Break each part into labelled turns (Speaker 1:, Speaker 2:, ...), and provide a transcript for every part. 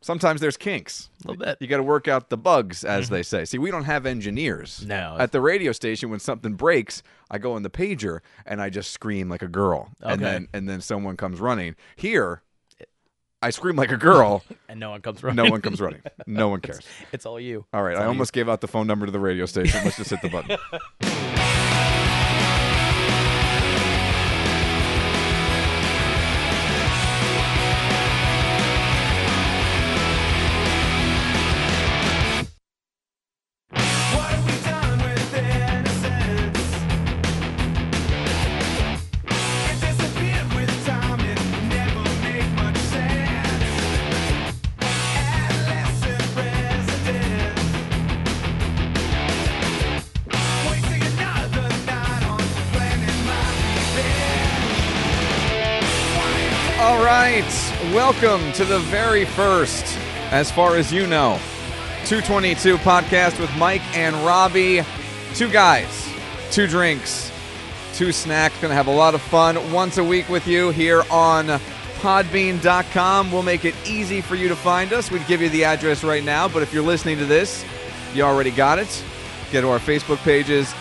Speaker 1: sometimes there's kinks.
Speaker 2: A little bit. Mm-hmm.
Speaker 1: You got to work out the bugs, as they say. See, we don't have engineers.
Speaker 2: No.
Speaker 1: At the radio station, when something breaks, I go in the pager and I just scream like a girl, and
Speaker 2: Okay.
Speaker 1: then and then someone comes running. Here, I scream like a girl.
Speaker 2: And no one comes running.
Speaker 1: No one comes running. No one cares.
Speaker 2: It's all you.
Speaker 1: All right, I almost gave out the phone number to the radio station. Let's just hit the button. All right, welcome to the very first, as far as you know, 222 podcast with Mike and Robbie. Two guys, two drinks, two snacks. Gonna have a lot of fun once a week with you here on podbean.com. We'll make it easy for you to find us. We'd give you the address right now, but if you're listening to this, you already got it. Get to our Facebook pages.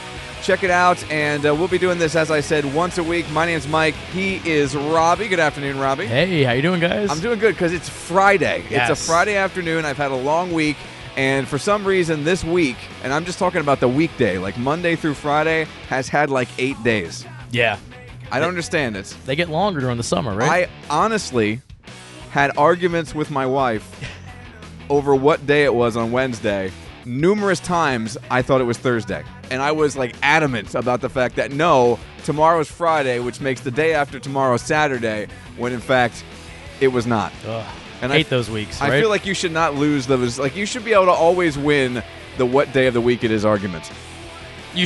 Speaker 1: Check it out, and uh, we'll be doing this, as I said, once a week. My name's Mike. He is Robbie. Good afternoon, Robbie.
Speaker 2: Hey, how you doing, guys?
Speaker 1: I'm doing good because it's Friday. It's a
Speaker 2: Yes.
Speaker 1: Friday afternoon. I've had a long week, and for some reason, this week, and I'm just talking about the weekday, like Monday through Friday, has had like eight days.
Speaker 2: yeah.
Speaker 1: I don't understand it.
Speaker 2: They get longer during the summer,
Speaker 1: I
Speaker 2: right?
Speaker 1: honestly had arguments with my wife over what day it was on Wednesday. Numerous times I thought it was Thursday. And I was like adamant about the fact that no, tomorrow's Friday, which makes the day after tomorrow Saturday, when in fact it was not.
Speaker 2: Ugh.
Speaker 1: And I-
Speaker 2: Hate those weeks,
Speaker 1: I
Speaker 2: right?
Speaker 1: feel like you should not lose those. Like you should be able to always win the what day of the week it is argument.
Speaker 2: you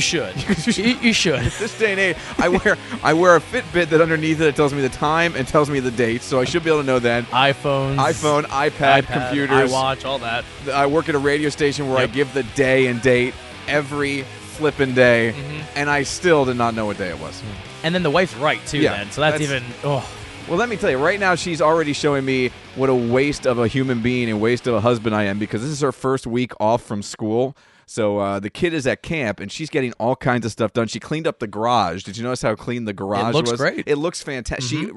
Speaker 2: should. you, you should.
Speaker 1: This day and age, I wear I wear a Fitbit that underneath it, it tells me the time and tells me the date, so I should be able to know that.
Speaker 2: iPhones,
Speaker 1: iPhone, iPad, computers.
Speaker 2: iWatch, all that.
Speaker 1: I work at a radio station where I
Speaker 2: Yep.
Speaker 1: give the day and date every flippin' day,
Speaker 2: Mm-hmm.
Speaker 1: and I still did not know what day it was.
Speaker 2: And then the wife's right too.
Speaker 1: Yeah,
Speaker 2: then so that's,
Speaker 1: that's-
Speaker 2: even. Oh,
Speaker 1: Well, let me tell you, right now she's already showing me what a waste of a human being and waste of a husband I am because this is her first week off from school. So uh, the kid is at camp and she's getting all kinds of stuff done. She cleaned up the garage. Did you notice how clean the garage
Speaker 2: looks
Speaker 1: was?
Speaker 2: great.
Speaker 1: It looks fantastic. She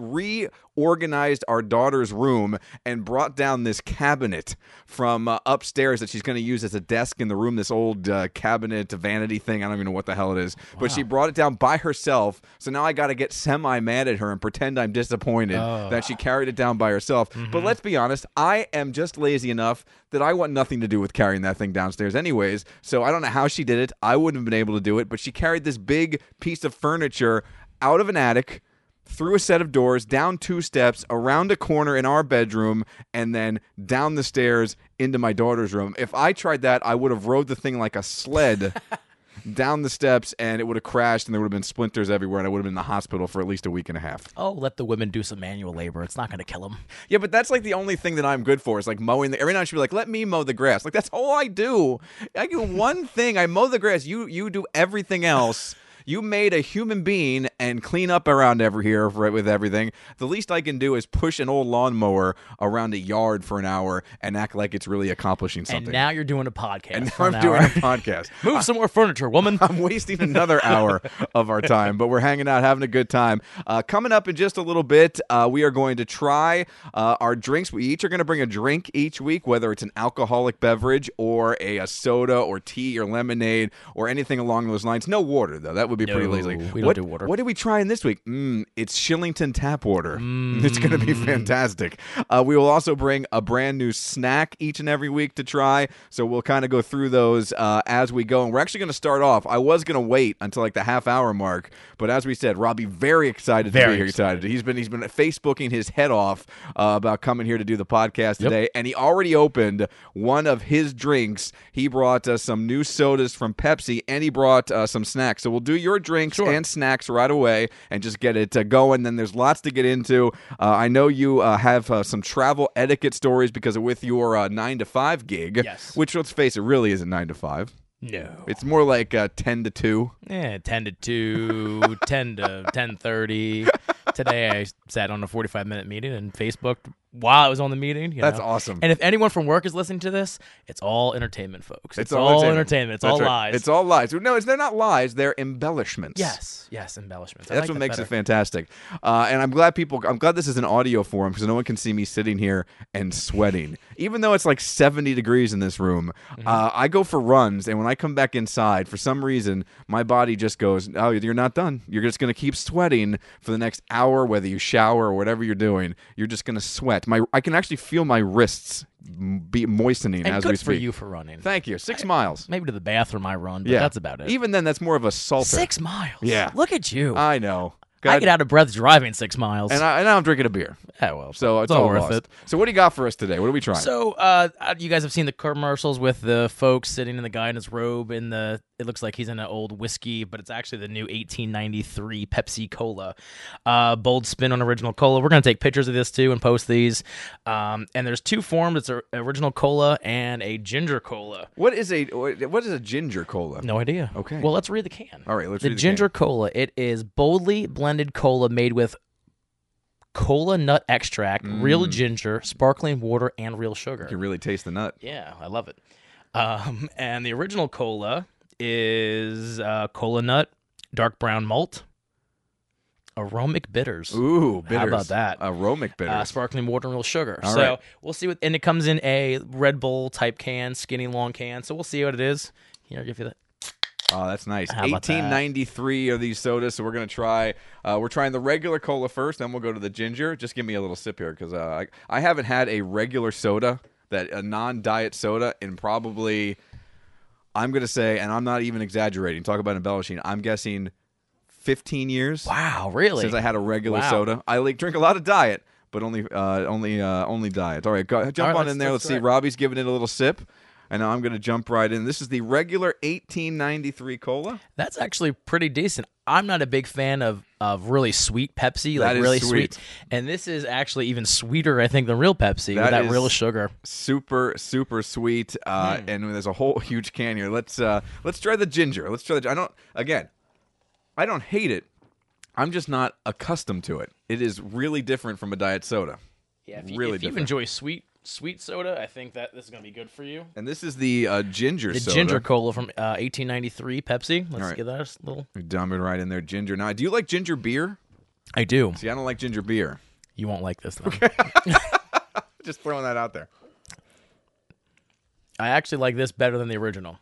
Speaker 1: reorganized our daughter's room and brought down this cabinet from uh, upstairs that she's going to use as a desk in the room. This old uh, cabinet vanity thing. I don't even know what the hell it is, but she brought it down by herself. So now I got to get semi mad at her and pretend I'm disappointed that she carried it down by herself. But let's be honest, I am just lazy enough that I want nothing to do with carrying that thing downstairs, anyways. So I don't know how she did it. I wouldn't have been able to do it, but she carried this big piece of furniture out of an attic through a set of doors, down two steps, around a corner in our bedroom, and then down the stairs into my daughter's room. If I tried that, I would have rode the thing like a sled down the steps and it would have crashed and there would have been splinters everywhere and I would have been in the hospital for at least a week and a half.
Speaker 2: oh, let the women do some manual labor. It's not going to kill them.
Speaker 1: Yeah, but that's like the only thing that I'm good for is like mowing the every now and she'll be like, let me mow the grass. Like that's all I do. I do one thing. I mow the grass. You you do everything else. You made a human being and clean up around every here for, with everything. The least I can do is push an old lawnmower around a yard for an hour and act like it's really accomplishing something.
Speaker 2: And now you're doing a podcast.
Speaker 1: And now
Speaker 2: for
Speaker 1: I'm
Speaker 2: an
Speaker 1: doing a
Speaker 2: hour.
Speaker 1: podcast.
Speaker 2: Move some more furniture, woman.
Speaker 1: I'm wasting another hour of our time, but we're hanging out, having a good time. Uh, coming up in just a little bit, uh, we are going to try uh, our drinks. We each are going to bring a drink each week, whether it's an alcoholic beverage or a, a soda or tea or lemonade or anything along those lines. No water, though. That would be pretty
Speaker 2: No,
Speaker 1: lazy.
Speaker 2: we don't
Speaker 1: what,
Speaker 2: do water.
Speaker 1: What are we trying this week? Mm, it's Shillington tap water. It's going to be fantastic. Uh, we will also bring a brand new snack each and every week to try. So we'll kind of go through those uh, as we go. And we're actually going to start off. I was going to wait until like the half hour mark, but as we said, Robbie very excited to be
Speaker 2: Very
Speaker 1: here. Excited. He's been he's been facebooking his head off uh, about coming here to do the podcast today, and he already opened one of his drinks. He brought uh, some new sodas from Pepsi, and he brought uh, some snacks. So we'll do your drinks and snacks right away, and just get it uh, going. Then there's lots to get into. Uh, I know you uh, have uh, some travel etiquette stories because of with your uh, nine to five gig,
Speaker 2: Yes.
Speaker 1: which let's face it, really isn't nine to five.
Speaker 2: no.
Speaker 1: It's more like uh, ten to two.
Speaker 2: Yeah, 10 to 2, 10 to 10.30. Today I sat on a 45-minute meeting and Facebook while I was on the meeting. you
Speaker 1: That's
Speaker 2: know.
Speaker 1: awesome.
Speaker 2: And if anyone from work is listening to this, it's all entertainment, folks. It's, all entertainment. It's
Speaker 1: That's
Speaker 2: all
Speaker 1: right.
Speaker 2: lies.
Speaker 1: It's all lies. No, it's, they're not lies. They're embellishments.
Speaker 2: yes, yes, embellishments. I
Speaker 1: That's
Speaker 2: like
Speaker 1: what
Speaker 2: that
Speaker 1: makes
Speaker 2: better.
Speaker 1: it fantastic. Uh, and I'm glad people. I'm glad this is an audio forum because no one can see me sitting here and sweating. Even though it's like 70 degrees in this room,
Speaker 2: Mm-hmm.
Speaker 1: uh, I go for runs, and when I come back inside, for some reason, my body just goes, "Oh, you're not done. You're just going to keep sweating for the next hour, whether you shower or whatever you're doing. You're just going to sweat. My, I can actually feel my wrists m- be moistening
Speaker 2: And
Speaker 1: as
Speaker 2: good
Speaker 1: we
Speaker 2: for
Speaker 1: speak.
Speaker 2: you for running.
Speaker 1: Thank you. Six miles.
Speaker 2: Maybe to the bathroom I run, but
Speaker 1: Yeah,
Speaker 2: that's about it.
Speaker 1: Even then, that's more of a salter.
Speaker 2: six miles.
Speaker 1: Yeah.
Speaker 2: Look at you.
Speaker 1: I know.
Speaker 2: I
Speaker 1: God-
Speaker 2: get out of breath driving six miles.
Speaker 1: and, I, and now I'm drinking a beer.
Speaker 2: Yeah, well,
Speaker 1: So it's,
Speaker 2: it's all
Speaker 1: all
Speaker 2: worth
Speaker 1: lost.
Speaker 2: it.
Speaker 1: So what do you got for us today? What are we trying?
Speaker 2: So, uh, you guys have seen the commercials with the folks sitting in the guy in his robe, and the it looks like he's in an old whiskey, but it's actually the new 1893 Pepsi Cola. Uh, bold spin on original cola. We're gonna take pictures of this too and post these. Um, and there's two forms: it's a original cola and a ginger cola.
Speaker 1: what is a what is a ginger cola?
Speaker 2: No idea.
Speaker 1: Okay.
Speaker 2: Well, let's read the can.
Speaker 1: All right, let's
Speaker 2: the
Speaker 1: read the
Speaker 2: ginger cola. It is boldly blended cola made with cola nut extract,
Speaker 1: Mm.
Speaker 2: real ginger, sparkling water, and real sugar.
Speaker 1: You can really taste the nut.
Speaker 2: Yeah, I love it. Um, and the original cola is uh, cola nut, dark brown malt, aromatic bitters,
Speaker 1: Ooh, bitters.
Speaker 2: How about that?
Speaker 1: Aromatic bitters.
Speaker 2: uh, sparkling water, and real sugar.
Speaker 1: All
Speaker 2: so
Speaker 1: right.
Speaker 2: we'll see what, and it comes in a Red Bull type can, skinny long can. So we'll see what it is. Here, I'll give you that.
Speaker 1: oh, that's nice.
Speaker 2: How about that?
Speaker 1: 1893 are these sodas, so we're gonna try. Uh, we're trying the regular cola first, then we'll go to the ginger. Just give me a little sip here because uh, I, I haven't had a regular soda that a non-diet soda in probably. I'm gonna say, and I'm not even exaggerating. Talk about embellishing. I'm guessing 15 years.
Speaker 2: Wow, really?
Speaker 1: since I had a regular
Speaker 2: Wow.
Speaker 1: soda. I like drink a lot of diet, but only uh, only uh, only diet. All right, go, jump
Speaker 2: right,
Speaker 1: on
Speaker 2: let's-
Speaker 1: in there. Let's
Speaker 2: let's
Speaker 1: see.
Speaker 2: try it.
Speaker 1: Robbie's giving it a little sip, and now I'm going to jump right in. This is the regular 1893 cola.
Speaker 2: That's actually pretty decent. I'm not a big fan of of really sweet Pepsi,
Speaker 1: That
Speaker 2: like
Speaker 1: is
Speaker 2: really
Speaker 1: sweet.
Speaker 2: And this is actually even sweeter, I think, than real Pepsi
Speaker 1: That
Speaker 2: with that
Speaker 1: is-
Speaker 2: real sugar.
Speaker 1: Super super sweet, uh,
Speaker 2: Hmm.
Speaker 1: and there's a whole huge can here. Let's uh, let's try the ginger. Let's try the. I don't again. I don't hate it. I'm just not accustomed to it. It is really different from a diet soda.
Speaker 2: Yeah, if you,
Speaker 1: Really
Speaker 2: if you
Speaker 1: different.
Speaker 2: enjoy sweet sweet soda, I think that this is gonna be good for you.
Speaker 1: And this is the uh, ginger
Speaker 2: The
Speaker 1: soda.
Speaker 2: ginger cola from uh, 1893 Pepsi. Let's
Speaker 1: right.
Speaker 2: give that a little.
Speaker 1: Dump it right in there, ginger. Now, do you like ginger beer?
Speaker 2: I do.
Speaker 1: See, I don't like ginger beer.
Speaker 2: You won't like this. Though.
Speaker 1: Just throwing that out there.
Speaker 2: I actually like this better than the original.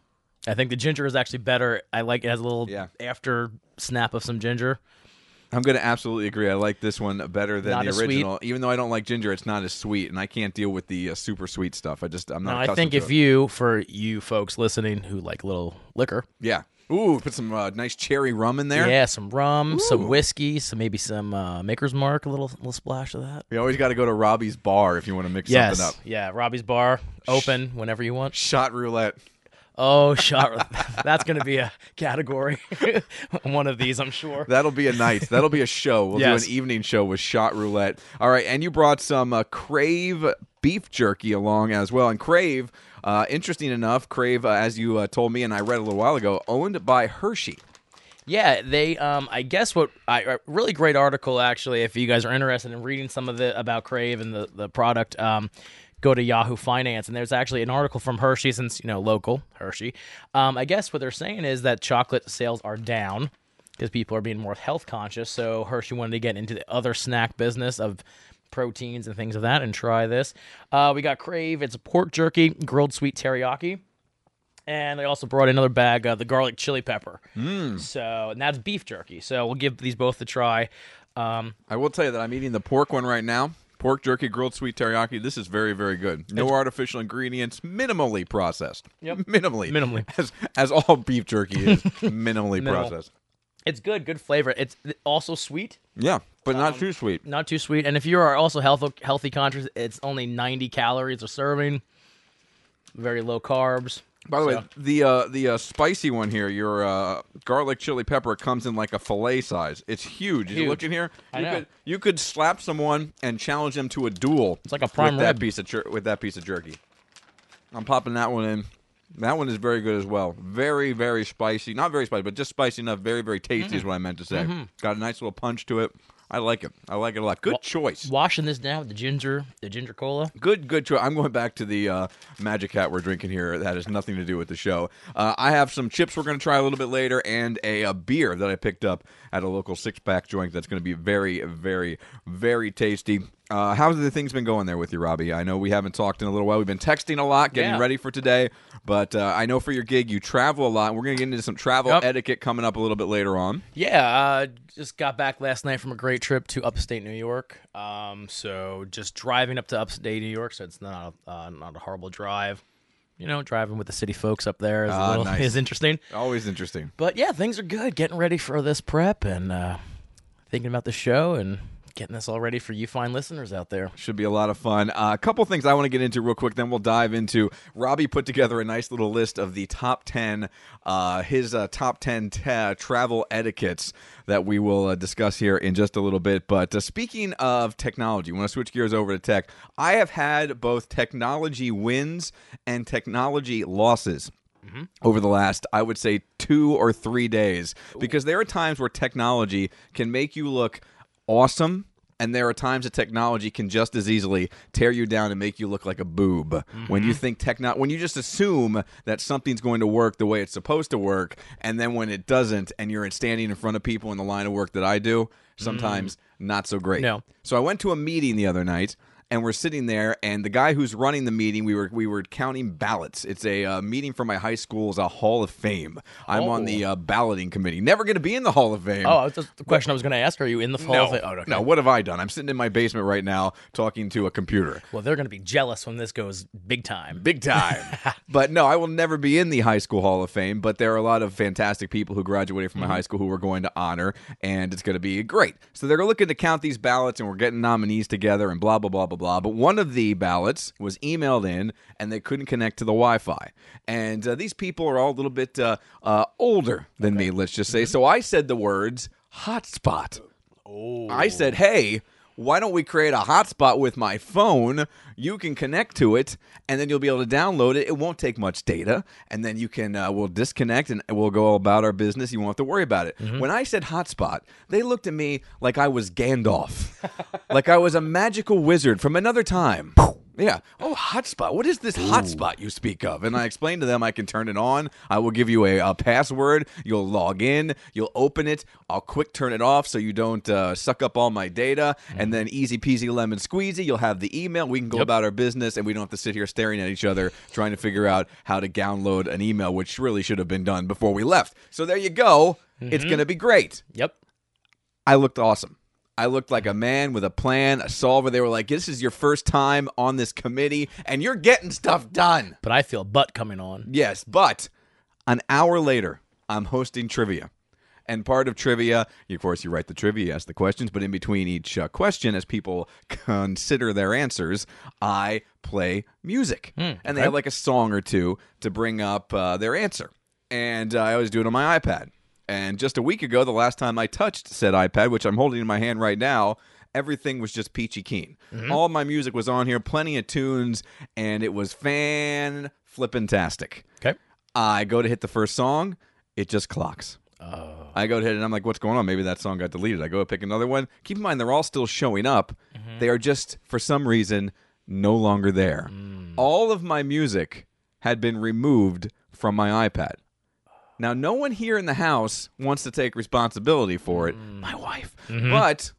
Speaker 2: I think the ginger is actually better. I like it has a little
Speaker 1: Yeah.
Speaker 2: after snap of some ginger.
Speaker 1: I'm going to absolutely agree. I like this one better than
Speaker 2: Not
Speaker 1: the
Speaker 2: as sweet.
Speaker 1: original. Even though I don't like ginger, it's not as sweet, and I can't deal with the uh, super sweet stuff. I just I'm not.
Speaker 2: Now, I
Speaker 1: accustomed
Speaker 2: think
Speaker 1: to
Speaker 2: if
Speaker 1: it.
Speaker 2: you, for you folks listening who like little liquor,
Speaker 1: yeah, ooh, put some uh, nice cherry rum in there.
Speaker 2: Yeah, some rum, some whiskey, some maybe some uh, Maker's Mark, a little little splash of that.
Speaker 1: You always got to go to Robbie's bar if you want to mix
Speaker 2: Yes,
Speaker 1: something up.
Speaker 2: yeah. Robbie's Bar, open whenever you want.
Speaker 1: Shot roulette.
Speaker 2: Oh, shot! That's gonna be a category, one of these, I'm sure.
Speaker 1: That'll be a night. That'll be a show. We'll
Speaker 2: Yes.
Speaker 1: do an evening show with Shot Roulette. All right, and you brought some uh, Crave beef jerky along as well. And Crave, uh, interesting enough, Crave, uh, as you uh, told me, and I read a little while ago, owned by Hershey.
Speaker 2: Yeah, they. Um, I guess what I a really great article actually. If you guys are interested in reading some of the about Crave and the the product, um, go to Yahoo Finance and there's actually an article from Hershey since you know local Hershey. Um, I guess what they're saying is that chocolate sales are down because people are being more health conscious. So Hershey wanted to get into the other snack business of proteins and things of that and try this. Uh, we got Crave. It's a pork jerky, grilled sweet teriyaki. And I also brought another bag of the garlic chili pepper. So, and that's beef jerky. So we'll give these both a try. Um,
Speaker 1: I will tell you that I'm eating the pork one right now. Pork jerky, grilled sweet teriyaki. This is very, very good. No artificial ingredients, minimally processed. Yep. Minimally.
Speaker 2: Minimally.
Speaker 1: As, as all beef jerky is minimally
Speaker 2: Minimal.
Speaker 1: processed.
Speaker 2: it's good, good flavor. It's also sweet,
Speaker 1: Yeah, but
Speaker 2: Um,
Speaker 1: not too sweet.
Speaker 2: not too sweet. And if you are also health, healthy conscious, it's only 90 calories a serving, very low carbs.
Speaker 1: By the way,
Speaker 2: So-
Speaker 1: the uh, the uh, spicy one here, your uh, garlic chili pepper comes in like a fillet size. It's huge. Did You
Speaker 2: Huge.
Speaker 1: look in here.
Speaker 2: I
Speaker 1: you
Speaker 2: know.
Speaker 1: could you could slap someone and challenge them to a duel. It's
Speaker 2: like a prime
Speaker 1: with that
Speaker 2: rib.
Speaker 1: piece of jer- with that piece of jerky. I'm popping that one in. That one is very good as well. Very
Speaker 2: Mm-hmm.
Speaker 1: very spicy. Not very spicy, but just spicy enough. Very very tasty is what I meant to say. Got a nice little punch to it. I like it. I like it a lot. Good choice.
Speaker 2: Washing this down with the ginger, the ginger cola.
Speaker 1: Good, good choice. I'm going back to the uh, Magic Hat we're drinking here. That has nothing to do with the show. Uh, I have some chips we're going to try a little bit later, and a, uh beer that I picked up at a local six pack joint. That's going to be very, very, very tasty. Uh, how's the things been going there with you, Robbie? I know we haven't talked in a little while. We've been texting a lot, getting
Speaker 2: Yeah.
Speaker 1: ready for today. But uh, I know for your gig, you travel a lot. and We're going to get into some travel
Speaker 2: Yep.
Speaker 1: etiquette coming up a little bit later on.
Speaker 2: Yeah, uh, just got back last night from a great trip to upstate New York. Um, so just driving up to upstate New York, so it's not a, uh, not a horrible drive. You know, driving with the city folks up there is, a
Speaker 1: Ah,
Speaker 2: little,
Speaker 1: nice.
Speaker 2: is interesting.
Speaker 1: Always interesting.
Speaker 2: But yeah, things are good. Getting ready for this prep and uh, thinking about the show and getting this all ready for you fine listeners out there.
Speaker 1: Should be a lot of fun. Uh, a couple things I want to get into real quick, then we'll dive into. Robbie put together a nice little list of the top 10, uh, his uh, top 10 ta- travel etiquettes that we will uh, discuss here in just a little bit. But uh, speaking of technology, want to switch gears over to tech. I have had both technology wins and technology losses over the last, I would say, two or three days. Because there are times where technology can make you look awesome. And there are times that technology can just as easily tear you down and make you look like a boob. When
Speaker 2: Mm-hmm.
Speaker 1: you think techno, when you just assume that something's going to work the way it's supposed to work, and then when it doesn't, and you're standing in front of people in the line of work that I do, sometimes not so great.
Speaker 2: Mm. No.
Speaker 1: So I went to a meeting the other night, and we're sitting there, and the guy who's running the meeting, we were we were counting ballots. It's a uh, meeting for my high school's a Hall of Fame. I'm on the uh, balloting committee. Never going to be in the Hall of Fame.
Speaker 2: Oh, that's just the question I was going to ask. Are you in the fall?
Speaker 1: No,
Speaker 2: of it? Oh, okay.
Speaker 1: no. What have I done? I'm sitting in my basement right now talking to a computer.
Speaker 2: Well, they're going to be jealous when this goes big time.
Speaker 1: Big time. but no, I will never be in the High School Hall of Fame, but there are a lot of fantastic people who graduated from my
Speaker 2: Mm-hmm.
Speaker 1: high school who we're going to honor, and it's going to be great. So they're looking to count these ballots, and we're getting nominees together, and blah, blah, blah, blah, blah. But one of the ballots was emailed in, and they couldn't connect to the Wi Fi. And uh, these people are all a little bit uh, uh, older than me, let's just
Speaker 2: Mm-hmm.
Speaker 1: say. So I said the words hotspot. I said, hey, why don't we create a hotspot with my phone? You can connect to it, and then you'll be able to download it. It won't take much data, and then you can uh, we'll disconnect and we'll go about our business. You won't have to worry about it. When I said hotspot, they looked at me like I was Gandalf, like I was a magical wizard from another time. Yeah. Oh, hotspot. What is this hotspot you speak of? And I explained to them I can turn it on. I will give you a, a password. You'll log in. You'll open it. I'll quick turn it off so you don't uh, suck up all my data. And then easy peasy lemon squeezy. You'll have the email. We can go about our business and we don't have to sit here staring at each other trying to figure out how to download an email, which really should have been done before we left. So there you go. It's going to be great.
Speaker 2: Yep.
Speaker 1: I looked awesome. I looked like a man with a plan, a solver. They were like, "This is your first time on this committee, and you're getting stuff done."
Speaker 2: But I feel butt coming on.
Speaker 1: Yes, but an hour later, I'm hosting trivia. And part of trivia, of course, you write the trivia, you ask the questions, but in between each uh, question, as people consider their answers, I play music. And they have like a song or two to bring up uh, their answer. And uh, I always do it on my iPad. And just a week ago, the last time I touched said iPad, which I'm holding in my hand right now, everything was just peachy keen. All my music was on here, plenty of tunes, and it was fan flippin' tastic.
Speaker 2: Okay.
Speaker 1: I go to hit the first song, it just clocks.
Speaker 2: Oh.
Speaker 1: I go to hit it and I'm like, what's going on? Maybe that song got deleted. I go pick another one. Keep in mind, they're all still showing up. They are just, for some reason, no longer there. All of my music had been removed from my iPad. Now, no one here in the house wants to take responsibility for it. My wife. But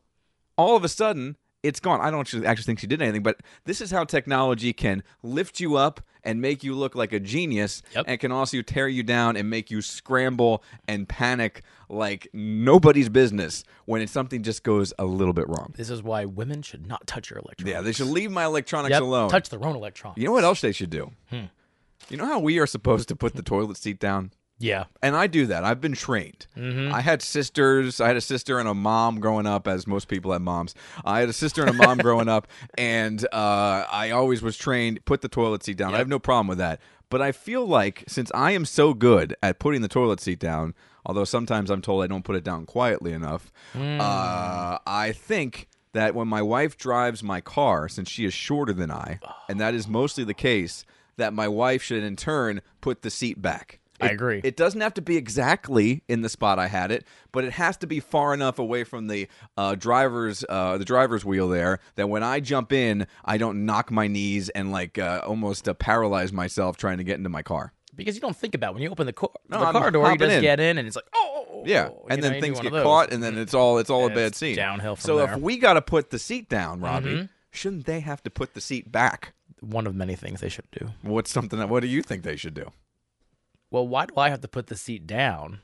Speaker 1: all of a sudden it's gone. I don't actually- actually think she did anything, but this is how technology can lift you up and make you look like a genius,
Speaker 2: Yep.
Speaker 1: and can also tear you down and make you scramble and panic like nobody's business when it's something just goes a little bit wrong.
Speaker 2: This is why women should not touch your electronics.
Speaker 1: Yeah, they should leave my electronics
Speaker 2: Yep,
Speaker 1: alone.
Speaker 2: Touch Hmm. their own electronics.
Speaker 1: you know what else they should do? You know how we are supposed to put the toilet seat down?
Speaker 2: Yeah.
Speaker 1: and I do that. I've been trained. I had sisters. I had a sister and a mom growing up, as most people had moms. I had a sister and a mom growing up, and uh, I always was trained put the toilet seat down. I have no problem with that. But I feel like since I am so good at putting the toilet seat down, although sometimes I'm told I don't put it down quietly enough, uh, I think that when my wife drives my car, since she is shorter than I, and that is mostly the case, that my wife should in turn put the seat back.
Speaker 2: I agree.
Speaker 1: It doesn't have to be exactly in the spot I had it, but it has to be far enough away from the uh, driver's uh, the driver's wheel there that when I jump in, I don't knock my knees and like uh, almost uh, paralyze myself trying to get into my car.
Speaker 2: because you don't think about it. when you open the car,
Speaker 1: No,
Speaker 2: the
Speaker 1: I'm
Speaker 2: car door, you
Speaker 1: hopping
Speaker 2: just
Speaker 1: in.
Speaker 2: get in, and it's like, oh,
Speaker 1: Yeah,
Speaker 2: you
Speaker 1: and
Speaker 2: know,
Speaker 1: then
Speaker 2: you do
Speaker 1: things
Speaker 2: one
Speaker 1: get
Speaker 2: of those.
Speaker 1: caught, and then it's all it's all a
Speaker 2: And
Speaker 1: bad
Speaker 2: it's
Speaker 1: scene.
Speaker 2: downhill from
Speaker 1: so
Speaker 2: there. Mm-hmm.
Speaker 1: if we got to put the seat down, Robbie, shouldn't they have to put the seat back?
Speaker 2: One of many things they should do.
Speaker 1: What's something that? What do you think they should do?
Speaker 2: Well, why do I have to put the seat down?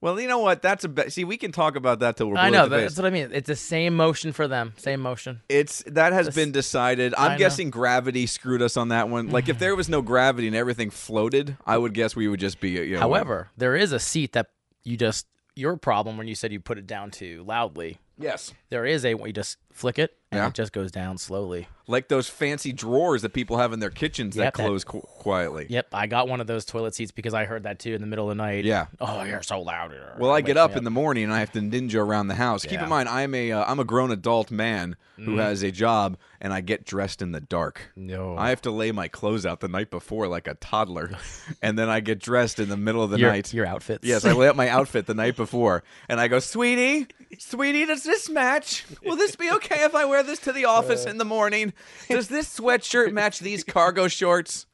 Speaker 1: Well, you know what? That's a be- see. We can talk about that till we're blue
Speaker 2: I know
Speaker 1: in the face.
Speaker 2: that's what I mean. It's the same motion for them, same motion.
Speaker 1: It's that has been decided. I'm
Speaker 2: I know.
Speaker 1: guessing gravity screwed us on that one. Like if there was no gravity and everything floated, I would guess we would just be. You know,
Speaker 2: However, there is a seat that you just your problem when you said you put it down too loudly.
Speaker 1: yes,
Speaker 2: There is a you just flick it and
Speaker 1: Yeah.
Speaker 2: it just goes down slowly.
Speaker 1: like those fancy drawers that people have in their kitchens
Speaker 2: Yep,
Speaker 1: that
Speaker 2: that-
Speaker 1: close qu- quietly.
Speaker 2: Yep, I got one of those toilet seats because I heard that too in the middle of the night.
Speaker 1: Yeah.
Speaker 2: Oh, you're so loud.
Speaker 1: Well, I get up in the morning and I have to ninja around the house. Keep in
Speaker 2: Yeah. Mm-hmm.
Speaker 1: mind, I'm a uh, I'm a grown adult man who has a job, and I get dressed in the dark.
Speaker 2: No.
Speaker 1: I have to lay my clothes out the night before like a toddler, and then I get dressed in the middle of the
Speaker 2: your,
Speaker 1: night.
Speaker 2: your outfits.
Speaker 1: Yes, I lay out my outfit the night before, and I go, "Sweetie, sweetie, does this match? Will this be okay if I wear this to the office in the morning? Does this sweatshirt match these cargo shorts?"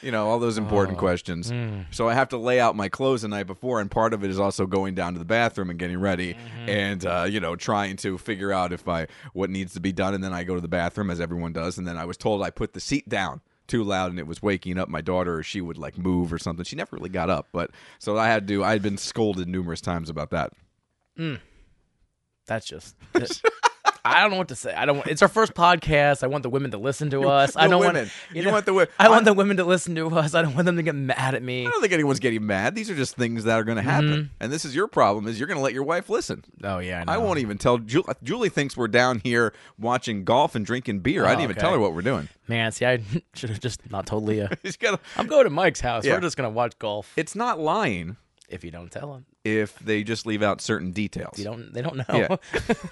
Speaker 1: You know, all those important questions. So I have to lay out my clothes the night before, and part of it is also going down to the bathroom and getting ready, and uh, you know, trying to figure out if I what needs to be done, and then I go to the bathroom as everyone does, and then I was told I put the seat down too loud and it was waking up my daughter or she would like move or something. She never really got up, but so I had to I had been scolded numerous times about that.
Speaker 2: That's just. I don't know what to say. I don't. Want, it's our first podcast. I want the women to listen to us. I
Speaker 1: the
Speaker 2: don't
Speaker 1: women.
Speaker 2: want.
Speaker 1: You want the wo-
Speaker 2: I want the women to listen to us. I don't want them to get mad at me.
Speaker 1: I don't think anyone's getting mad. These are just things that are going to happen. And this is your problem is you're going to let your wife listen.
Speaker 2: Oh yeah, know.
Speaker 1: I won't even tell Ju- Julie thinks we're down here watching golf and drinking beer. I
Speaker 2: Oh,
Speaker 1: didn't even
Speaker 2: okay.
Speaker 1: tell her what we're doing.
Speaker 2: Man, see, I should have just not told Leah.
Speaker 1: She's gotta-
Speaker 2: I'm going to Mike's house.
Speaker 1: Yeah.
Speaker 2: We're just gonna watch golf.
Speaker 1: it's not lying
Speaker 2: If you don't tell him,
Speaker 1: if they just leave out certain details.
Speaker 2: you don't. They don't know.
Speaker 1: Yeah.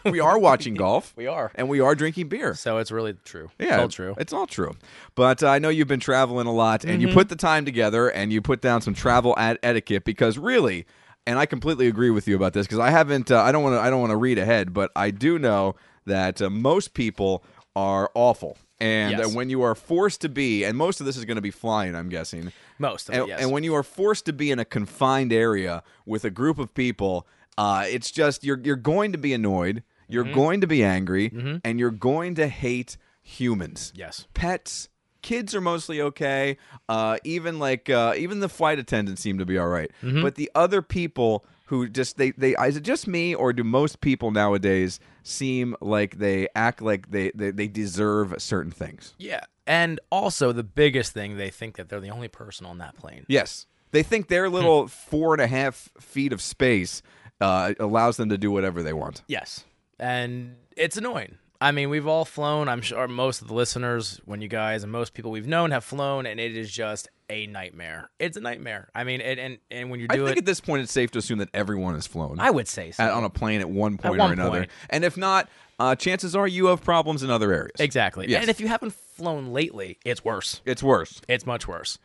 Speaker 1: we are watching golf.
Speaker 2: We are.
Speaker 1: And we are drinking beer.
Speaker 2: So it's really true.
Speaker 1: Yeah,
Speaker 2: it's all true.
Speaker 1: It's all true. But uh, I know you've been traveling a lot, and you
Speaker 2: Mm-hmm.
Speaker 1: put the time together, and you put down some travel ad- etiquette because really, and I completely agree with you about this because I haven't. Uh, I don't want to. I don't want to read ahead, but I do know that uh, most people are awful, and
Speaker 2: Yes.
Speaker 1: uh, when you are forced to be, and most of this is going to be flying, I'm guessing.
Speaker 2: Most of
Speaker 1: And,
Speaker 2: it, yes.
Speaker 1: and when you are forced to be in a confined area with a group of people, uh, it's just you're you're going to be annoyed, you're going to be angry, and you're going to hate humans.
Speaker 2: yes.
Speaker 1: Pets, kids are mostly okay. Uh, even like uh, even the flight attendants seem to be all right. but the other people who just they they is it just me or do most people nowadays seem like they act like they they, they deserve certain things?
Speaker 2: Yeah. And also the biggest thing, they think that they're the only person on that plane.
Speaker 1: Yes. They think
Speaker 2: Hmm.
Speaker 1: their little four and a half feet of space uh, allows them to do whatever they want.
Speaker 2: Yes. And it's annoying. I mean, we've all flown. I'm sure most of the listeners, when you guys and most people we've known have flown, and it is just a nightmare. It's a nightmare. I mean, and and, and when you
Speaker 1: I
Speaker 2: do
Speaker 1: think
Speaker 2: it,
Speaker 1: at this point it's safe to assume that everyone has flown
Speaker 2: I would say so.
Speaker 1: at- on a plane at one point or
Speaker 2: one
Speaker 1: another.
Speaker 2: point.
Speaker 1: And if not, uh, chances are you have problems in other areas.
Speaker 2: exactly.
Speaker 1: Yes.
Speaker 2: And if you haven't flown lately, it's worse.
Speaker 1: It's worse.
Speaker 2: It's much worse.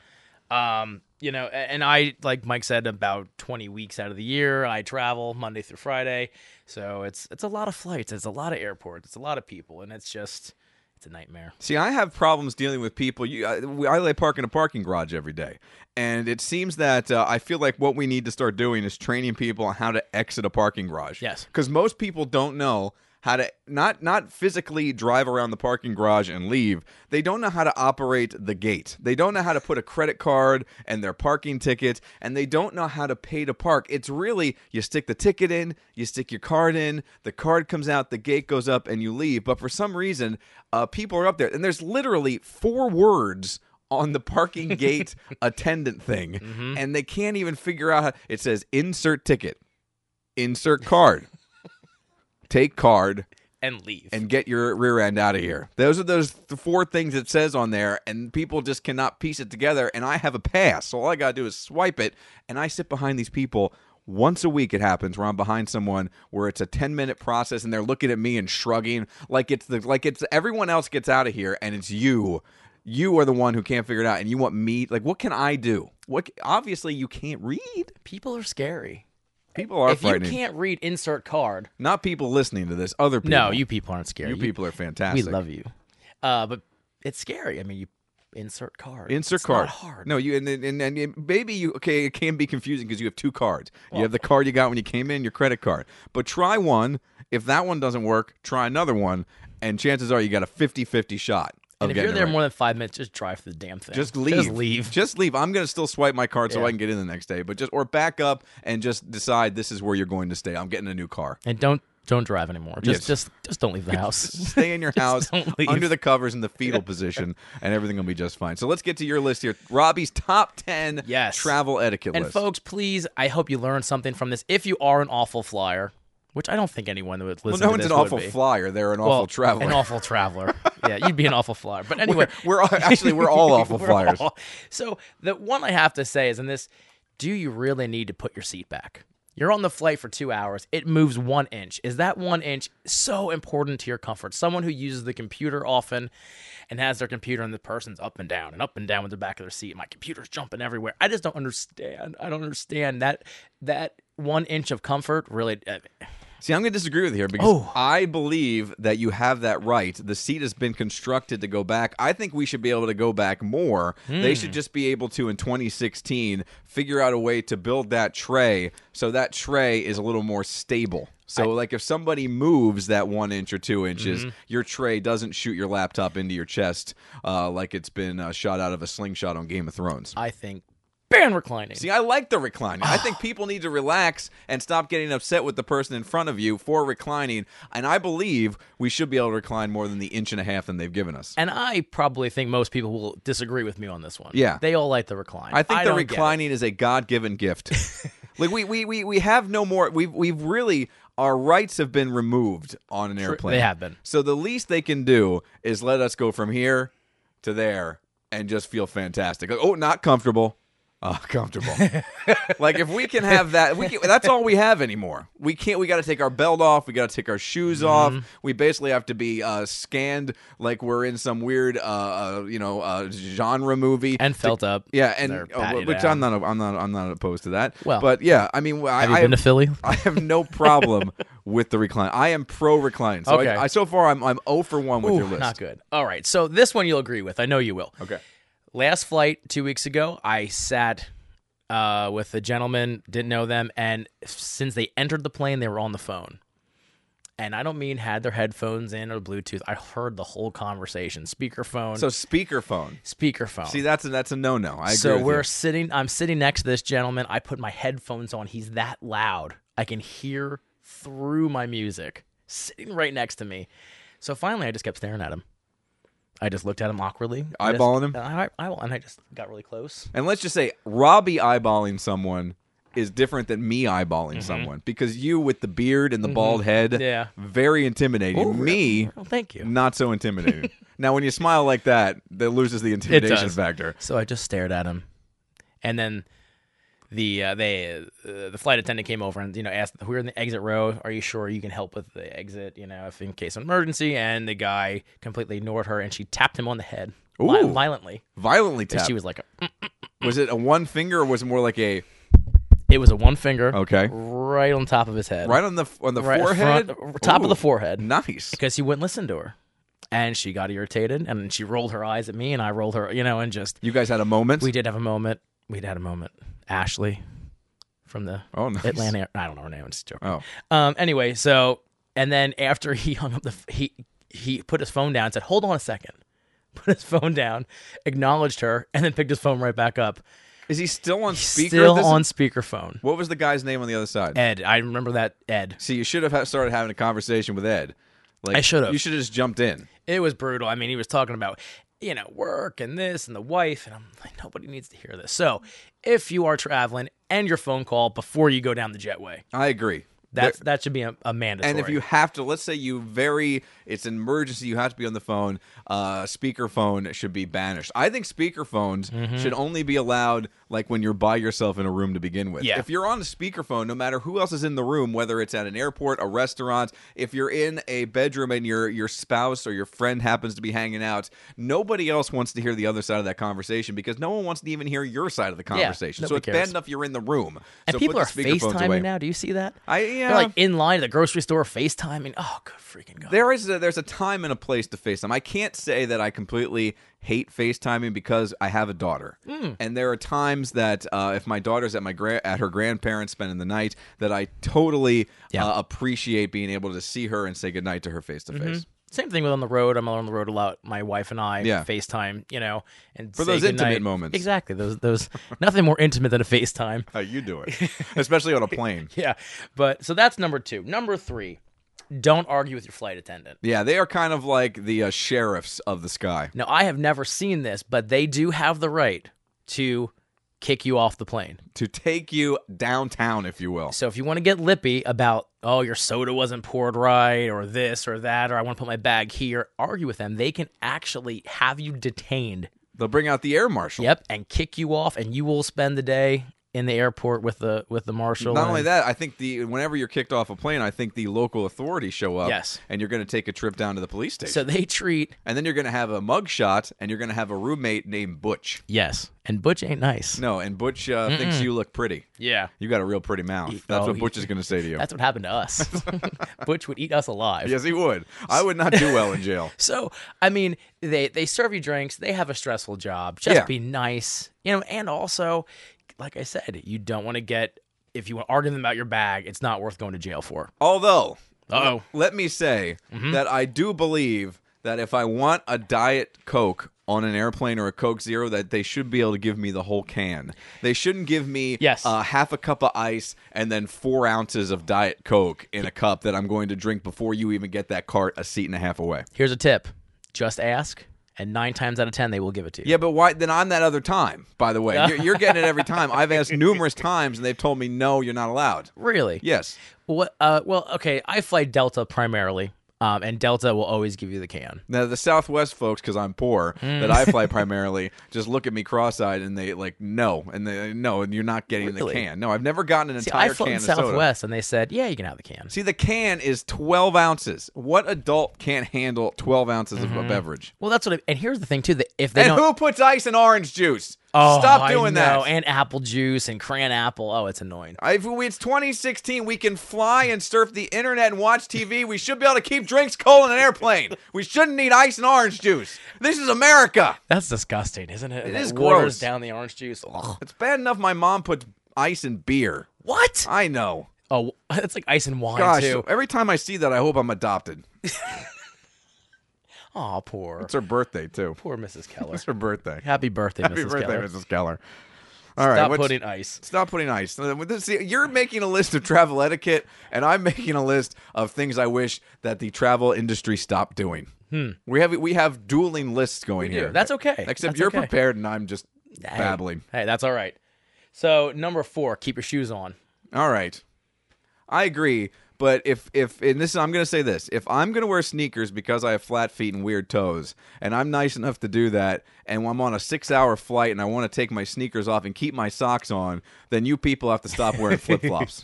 Speaker 2: Um, you know, a- and I like Mike said about 20 weeks out of the year I travel Monday through Friday. So it's it's a lot of flights, it's a lot of airports, it's a lot of people and it's just it's a nightmare.
Speaker 1: See, I have problems dealing with people. You, I, we- I lay park in a parking garage every day, and it seems that uh, I feel like what we need to start doing is training people on how to exit a parking garage.
Speaker 2: Yes.
Speaker 1: because most people don't know how to not not physically drive around the parking garage and leave. They don't know how to operate the gate. They don't know how to put a credit card and their parking ticket, and they don't know how to pay to park. It's really you stick the ticket in, you stick your card in, the card comes out, the gate goes up, and you leave. But for some reason, uh, people are up there, and there's literally four words on the parking gate attendant thing, and they can't even figure out. How, it says insert ticket, insert card. Take card
Speaker 2: And leave.
Speaker 1: and get your rear end out of here. Those are those th- four things it says on there, and people just cannot piece it together. And I have a pass, so all I gotta do is swipe it. And I sit behind these people. Once a week, it happens where I'm behind someone where it's a 10 minute process, and they're looking at me and shrugging like it's the like it's everyone else gets out of here, and it's you. You are the one who can't figure it out, and you want me like what can I do? What? Obviously, you can't read.
Speaker 2: People are scary.
Speaker 1: People are
Speaker 2: if you
Speaker 1: frightening.
Speaker 2: can't read insert card,
Speaker 1: Not people listening to this. Other people.
Speaker 2: no, you people aren't scary.
Speaker 1: You people are
Speaker 2: we
Speaker 1: fantastic.
Speaker 2: love you. Uh, but it's scary. I mean, you insert card.
Speaker 1: Insert
Speaker 2: It's not
Speaker 1: card.
Speaker 2: hard.
Speaker 1: No, you and and, and and maybe you okay. It can be confusing because you have two cards. you have the card you got when you came in, your credit card. But try one. If that one doesn't work, try another one, and chances are you got a 50-50 shot. Of
Speaker 2: And
Speaker 1: getting
Speaker 2: if you're
Speaker 1: it
Speaker 2: there
Speaker 1: right.
Speaker 2: more than five minutes, just drive through the damn thing.
Speaker 1: just leave.
Speaker 2: Just leave.
Speaker 1: Just leave. I'm gonna still swipe my card so
Speaker 2: Yeah.
Speaker 1: I can get in the next day. But just or back up and just decide this is where you're going to stay. I'm getting a new car.
Speaker 2: And don't don't drive anymore. Just
Speaker 1: Yes.
Speaker 2: just just don't leave the house.
Speaker 1: Stay in your house
Speaker 2: don't leave.
Speaker 1: under the covers in the fetal position, and everything will be just fine. So let's get to your list here. Robbie's top ten
Speaker 2: Yes.
Speaker 1: travel etiquette
Speaker 2: and
Speaker 1: list.
Speaker 2: folks, please, I hope you learned something from this. If you are an awful flyer, which I don't think anyone that would
Speaker 1: well,
Speaker 2: listen
Speaker 1: no
Speaker 2: to
Speaker 1: one's
Speaker 2: this
Speaker 1: an
Speaker 2: would
Speaker 1: awful
Speaker 2: be.
Speaker 1: flyer. They're an
Speaker 2: Well,
Speaker 1: awful traveler.
Speaker 2: An awful traveler. yeah, you'd be an awful flyer. But anyway,
Speaker 1: we're all, actually we're all awful
Speaker 2: We're
Speaker 1: flyers.
Speaker 2: all- so the one I have to say is in this: Do you really need to put your seat back? You're on the flight for two hours. It moves one inch. Is that one inch so important to your comfort? Someone who uses the computer often and has their computer and the person's up and down and up and down with the back of their seat. My computer's jumping everywhere. I just don't understand. I don't understand that that one inch of comfort really. Uh,
Speaker 1: See, I'm going to disagree with you here because
Speaker 2: Oh.
Speaker 1: I believe that you have that right. The seat has been constructed to go back. I think we should be able to go back more. They
Speaker 2: Hmm.
Speaker 1: should just be able to, in 2016, figure out a way to build that tray so that tray is a little more stable. So, like, if somebody moves that one inch or two inches,
Speaker 2: Mm-hmm.
Speaker 1: your tray doesn't shoot your laptop into your chest uh, like it's been uh, shot out of a slingshot on Game of Thrones.
Speaker 2: I think ban reclining.
Speaker 1: See, I like the reclining. I think people need to relax and stop getting upset with the person in front of you for reclining. And I believe we should be able to recline more than the inch and a half than they've given us.
Speaker 2: and I probably think most people will disagree with me on this one.
Speaker 1: Yeah.
Speaker 2: they all like the recline.
Speaker 1: I think the
Speaker 2: don't get it.
Speaker 1: reclining is a God given gift. like we, we we we have no more. We've we've really our rights have been removed on an airplane.
Speaker 2: They have been.
Speaker 1: So the least they can do is let us go from here to there and just feel fantastic. Like, oh, not comfortable. Uh, comfortable. like if we can have that, we can, that's all we have anymore. We can't. We got to take our belt off. We got to take our
Speaker 2: Mm-hmm.
Speaker 1: shoes off. We basically have to be uh, scanned like we're in some weird, uh, uh, you know, uh, genre movie.
Speaker 2: and felt up.
Speaker 1: yeah, and
Speaker 2: they're
Speaker 1: oh,
Speaker 2: pat you
Speaker 1: which I'm not. I'm not. I'm not opposed to that.
Speaker 2: Well,
Speaker 1: but yeah, I mean, I,
Speaker 2: Have you
Speaker 1: I
Speaker 2: been to Philly?
Speaker 1: I have no problem with the recline. I am pro recline. So
Speaker 2: Okay.
Speaker 1: I, I, so far, I'm I'm zero for one with your list.
Speaker 2: Not good. All right, so this one you'll agree with. I know you will.
Speaker 1: Okay.
Speaker 2: Last flight two weeks ago, I sat uh, with a gentleman, didn't know them, and since they entered the plane, they were on the phone. And I don't mean had their headphones in or Bluetooth. I heard the whole conversation, speakerphone,
Speaker 1: So speakerphone.
Speaker 2: speakerphone.
Speaker 1: See, that's a, that's a no no. I agree.
Speaker 2: so
Speaker 1: with
Speaker 2: we're
Speaker 1: you.
Speaker 2: sitting. I'm sitting next to this gentleman. I put my headphones on. He's that loud. I can hear through my music. Sitting right next to me. So finally, I just kept staring at him. I just looked at him awkwardly, I just-
Speaker 1: Eyeballing him?
Speaker 2: I, I, I- and I just got really close.
Speaker 1: And let's just say Robbie eyeballing someone is different than me eyeballing someone because you with the beard and the bald head,
Speaker 2: Mm-hmm. Yeah.
Speaker 1: very intimidating. me,
Speaker 2: Well, thank you.
Speaker 1: not so intimidating. now, when you smile like that, that loses the intimidation
Speaker 2: does.
Speaker 1: factor.
Speaker 2: So I just stared at him, and then the uh, they uh, the flight attendant came over and you know asked we were in the exit row. Are you sure you can help with the exit? You know, if in case of emergency. And the guy completely ignored her, and she tapped him on the head vi-
Speaker 1: Ooh.
Speaker 2: violently.
Speaker 1: Violently
Speaker 2: And
Speaker 1: tapped.
Speaker 2: she was like, "Mm."
Speaker 1: was it a one finger or was it more like a
Speaker 2: it was a one finger,
Speaker 1: okay,
Speaker 2: right on top of his head,
Speaker 1: Oh. right on the on the
Speaker 2: Right
Speaker 1: forehead,
Speaker 2: front- top of the
Speaker 1: Ooh,
Speaker 2: forehead,
Speaker 1: Nice.
Speaker 2: because he wouldn't listen to her. And she got irritated, and she rolled her eyes at me, and I rolled her, you know, and just
Speaker 1: You guys had a moment.
Speaker 2: we did have a moment. We'd had a moment. Ashley from the
Speaker 1: oh, nice.
Speaker 2: Atlanta. Air- I don't know her name. It's a joke.
Speaker 1: Oh,
Speaker 2: Um. Anyway, so and then after he hung up the f- he he put his phone down and said, "Hold on a second. Put his phone down, acknowledged her, and then picked his phone right back up.
Speaker 1: is he still on speaker?
Speaker 2: Still
Speaker 1: This is-
Speaker 2: on speakerphone.
Speaker 1: what was the guy's name on the other side?
Speaker 2: Ed, I remember that Ed.
Speaker 1: See, you should have ha- started having a conversation with Ed. Like,
Speaker 2: I should have.
Speaker 1: You should have just jumped in.
Speaker 2: It was brutal. I mean, he was talking about, you know, work and this and the wife, and I'm like, nobody needs to hear this. So, if you are traveling, end your phone call before you go down the jetway.
Speaker 1: I agree.
Speaker 2: That's that should be a, a mandatory.
Speaker 1: And if you have to, let's say you very, it's an emergency, you have to be on the phone. Uh, speakerphone should be banished. I think speakerphones
Speaker 2: Mm-hmm.
Speaker 1: should only be allowed like when you're by yourself in a room to begin with.
Speaker 2: Yeah.
Speaker 1: If you're on a speakerphone, no matter who else is in the room, whether it's at an airport, a restaurant, if you're in a bedroom and your your spouse or your friend happens to be hanging out, nobody else wants to hear the other side of that conversation because no one wants to even hear your side of the conversation. so
Speaker 2: nobody
Speaker 1: it's bad
Speaker 2: cares.
Speaker 1: enough you're in the room.
Speaker 2: and
Speaker 1: so
Speaker 2: people are
Speaker 1: put the speakerphones
Speaker 2: FaceTiming
Speaker 1: away.
Speaker 2: now. Do you see that?
Speaker 1: I yeah.
Speaker 2: They're like in line at the grocery store FaceTiming. Oh, good freaking god!
Speaker 1: There is a, there's a time and a place to FaceTime. I can't say that I completely hate FaceTiming because I have a daughter, and there are times that uh, if my daughter's at my gra- at her grandparents spending the night, that I totally
Speaker 2: Yeah.
Speaker 1: uh, appreciate being able to see her and say goodnight to her face to face.
Speaker 2: Same thing with on the road. I'm on the road a lot. My wife and I
Speaker 1: Yeah.
Speaker 2: FaceTime, you know, and for
Speaker 1: those intimate moments.
Speaker 2: Exactly. Those those nothing more intimate than a FaceTime.
Speaker 1: How you do it, especially on a plane.
Speaker 2: Yeah. But so that's number two. Number three, don't argue with your flight attendant.
Speaker 1: Yeah, they are kind of like the uh, sheriffs of the sky.
Speaker 2: Now I have never seen this, but they do have the right to kick you off the plane.
Speaker 1: to take you downtown, if you will.
Speaker 2: So if you want to get lippy about, oh, your soda wasn't poured right, or this or that, or I want to put my bag here, argue with them. They can actually have you detained.
Speaker 1: They'll bring out the air marshal.
Speaker 2: Yep, and kick you off, and you will spend the day in the airport with the with the marshal.
Speaker 1: Not
Speaker 2: and-
Speaker 1: only that, I think the whenever you're kicked off a plane, I think the local authorities show up.
Speaker 2: Yes.
Speaker 1: and you're going to take a trip down to the police station,
Speaker 2: so they treat
Speaker 1: and then you're going to have a mug shot, and you're going to have a roommate named Butch.
Speaker 2: yes, and Butch ain't nice.
Speaker 1: No, and Butch uh, thinks you look pretty.
Speaker 2: Yeah,
Speaker 1: You got a real pretty mouth. That's
Speaker 2: oh,
Speaker 1: what
Speaker 2: he-
Speaker 1: Butch is going to say to you.
Speaker 2: that's what happened to us. Butch would eat us alive.
Speaker 1: Yes, he would. I would not do well in jail.
Speaker 2: So I mean, they they serve you drinks. They have a stressful job. Just
Speaker 1: Yeah.
Speaker 2: be nice, you know. And also, like I said, you don't want to get if you want to argue them about your bag. It's not worth going to jail for.
Speaker 1: Although,
Speaker 2: Uh-oh.
Speaker 1: let me say that I do believe that if I want a diet Coke on an airplane or a Coke Zero, that they should be able to give me the whole can. They shouldn't give me
Speaker 2: Yes.
Speaker 1: uh, half a cup of ice and then four ounces of diet Coke in a cup that I'm going to drink before you even get that cart a seat and a half away.
Speaker 2: Here's a tip: just ask, and nine times out of ten they will give it to you.
Speaker 1: Yeah, but why? Then I'm that other time. By the way, you're, you're getting it every time. I've asked numerous times, and they've told me no, you're not allowed.
Speaker 2: Really?
Speaker 1: Yes.
Speaker 2: What? Uh, well, okay. I fly Delta primarily, um, and Delta will always give you the can.
Speaker 1: Now the Southwest folks, because I'm poor,
Speaker 2: Hmm.
Speaker 1: that I fly primarily, just look at me cross-eyed and they like no, and they no, and you're not getting
Speaker 2: Really?
Speaker 1: the can. No, I've never gotten an
Speaker 2: See, I
Speaker 1: entire
Speaker 2: flew
Speaker 1: can
Speaker 2: in
Speaker 1: of soda.
Speaker 2: Southwest, and they said, "Yeah, you can have the can."
Speaker 1: See, the can is 12 ounces. What adult can't handle 12 ounces
Speaker 2: Mm-hmm.
Speaker 1: of a beverage?
Speaker 2: Well, that's what. I, and here's the thing too: that if they
Speaker 1: And
Speaker 2: don't,
Speaker 1: who puts ice in orange juice?
Speaker 2: Uh, oh,
Speaker 1: Stop
Speaker 2: I
Speaker 1: doing
Speaker 2: know,
Speaker 1: that.
Speaker 2: And apple juice and cran apple. Oh, it's annoying.
Speaker 1: I- if we- it's 2016. We can fly and surf the internet and watch TV. We should be able to keep drinks cold in an airplane. we shouldn't need ice and orange juice. This is America.
Speaker 2: That's disgusting, isn't it? It
Speaker 1: is gross.
Speaker 2: waters down the orange juice. Ugh.
Speaker 1: It's bad enough my mom puts ice in beer.
Speaker 2: What?
Speaker 1: I know.
Speaker 2: Oh, that's like ice and wine
Speaker 1: Gosh,
Speaker 2: too.
Speaker 1: every time I see that, I hope I'm adopted.
Speaker 2: Aw, poor,
Speaker 1: It's her birthday too.
Speaker 2: poor Mrs. Keller.
Speaker 1: It's her birthday.
Speaker 2: Happy birthday,
Speaker 1: Happy
Speaker 2: Mrs.
Speaker 1: birthday,
Speaker 2: Keller.
Speaker 1: Mrs. Keller. All right,
Speaker 2: Stop
Speaker 1: what's-
Speaker 2: putting ice.
Speaker 1: Stop putting ice. Uh, with this- see, You're making a list of travel etiquette, and I'm making a list of things I wish that the travel industry stopped doing. We have we have dueling lists going
Speaker 2: Hmm. do.
Speaker 1: here.
Speaker 2: That's okay.
Speaker 1: Except
Speaker 2: That's
Speaker 1: you're
Speaker 2: okay.
Speaker 1: prepared, and I'm just
Speaker 2: Hey,
Speaker 1: babbling.
Speaker 2: Hey, that's all right. So number four, keep your shoes on.
Speaker 1: All right. I agree, but if if and this I'm going to say this, if I'm going to wear sneakers because I have flat feet and weird toes, and I'm nice enough to do that, and I'm on a 6-hour flight and I want to take my sneakers off and keep my socks on, then you people have to stop wearing flip-flops.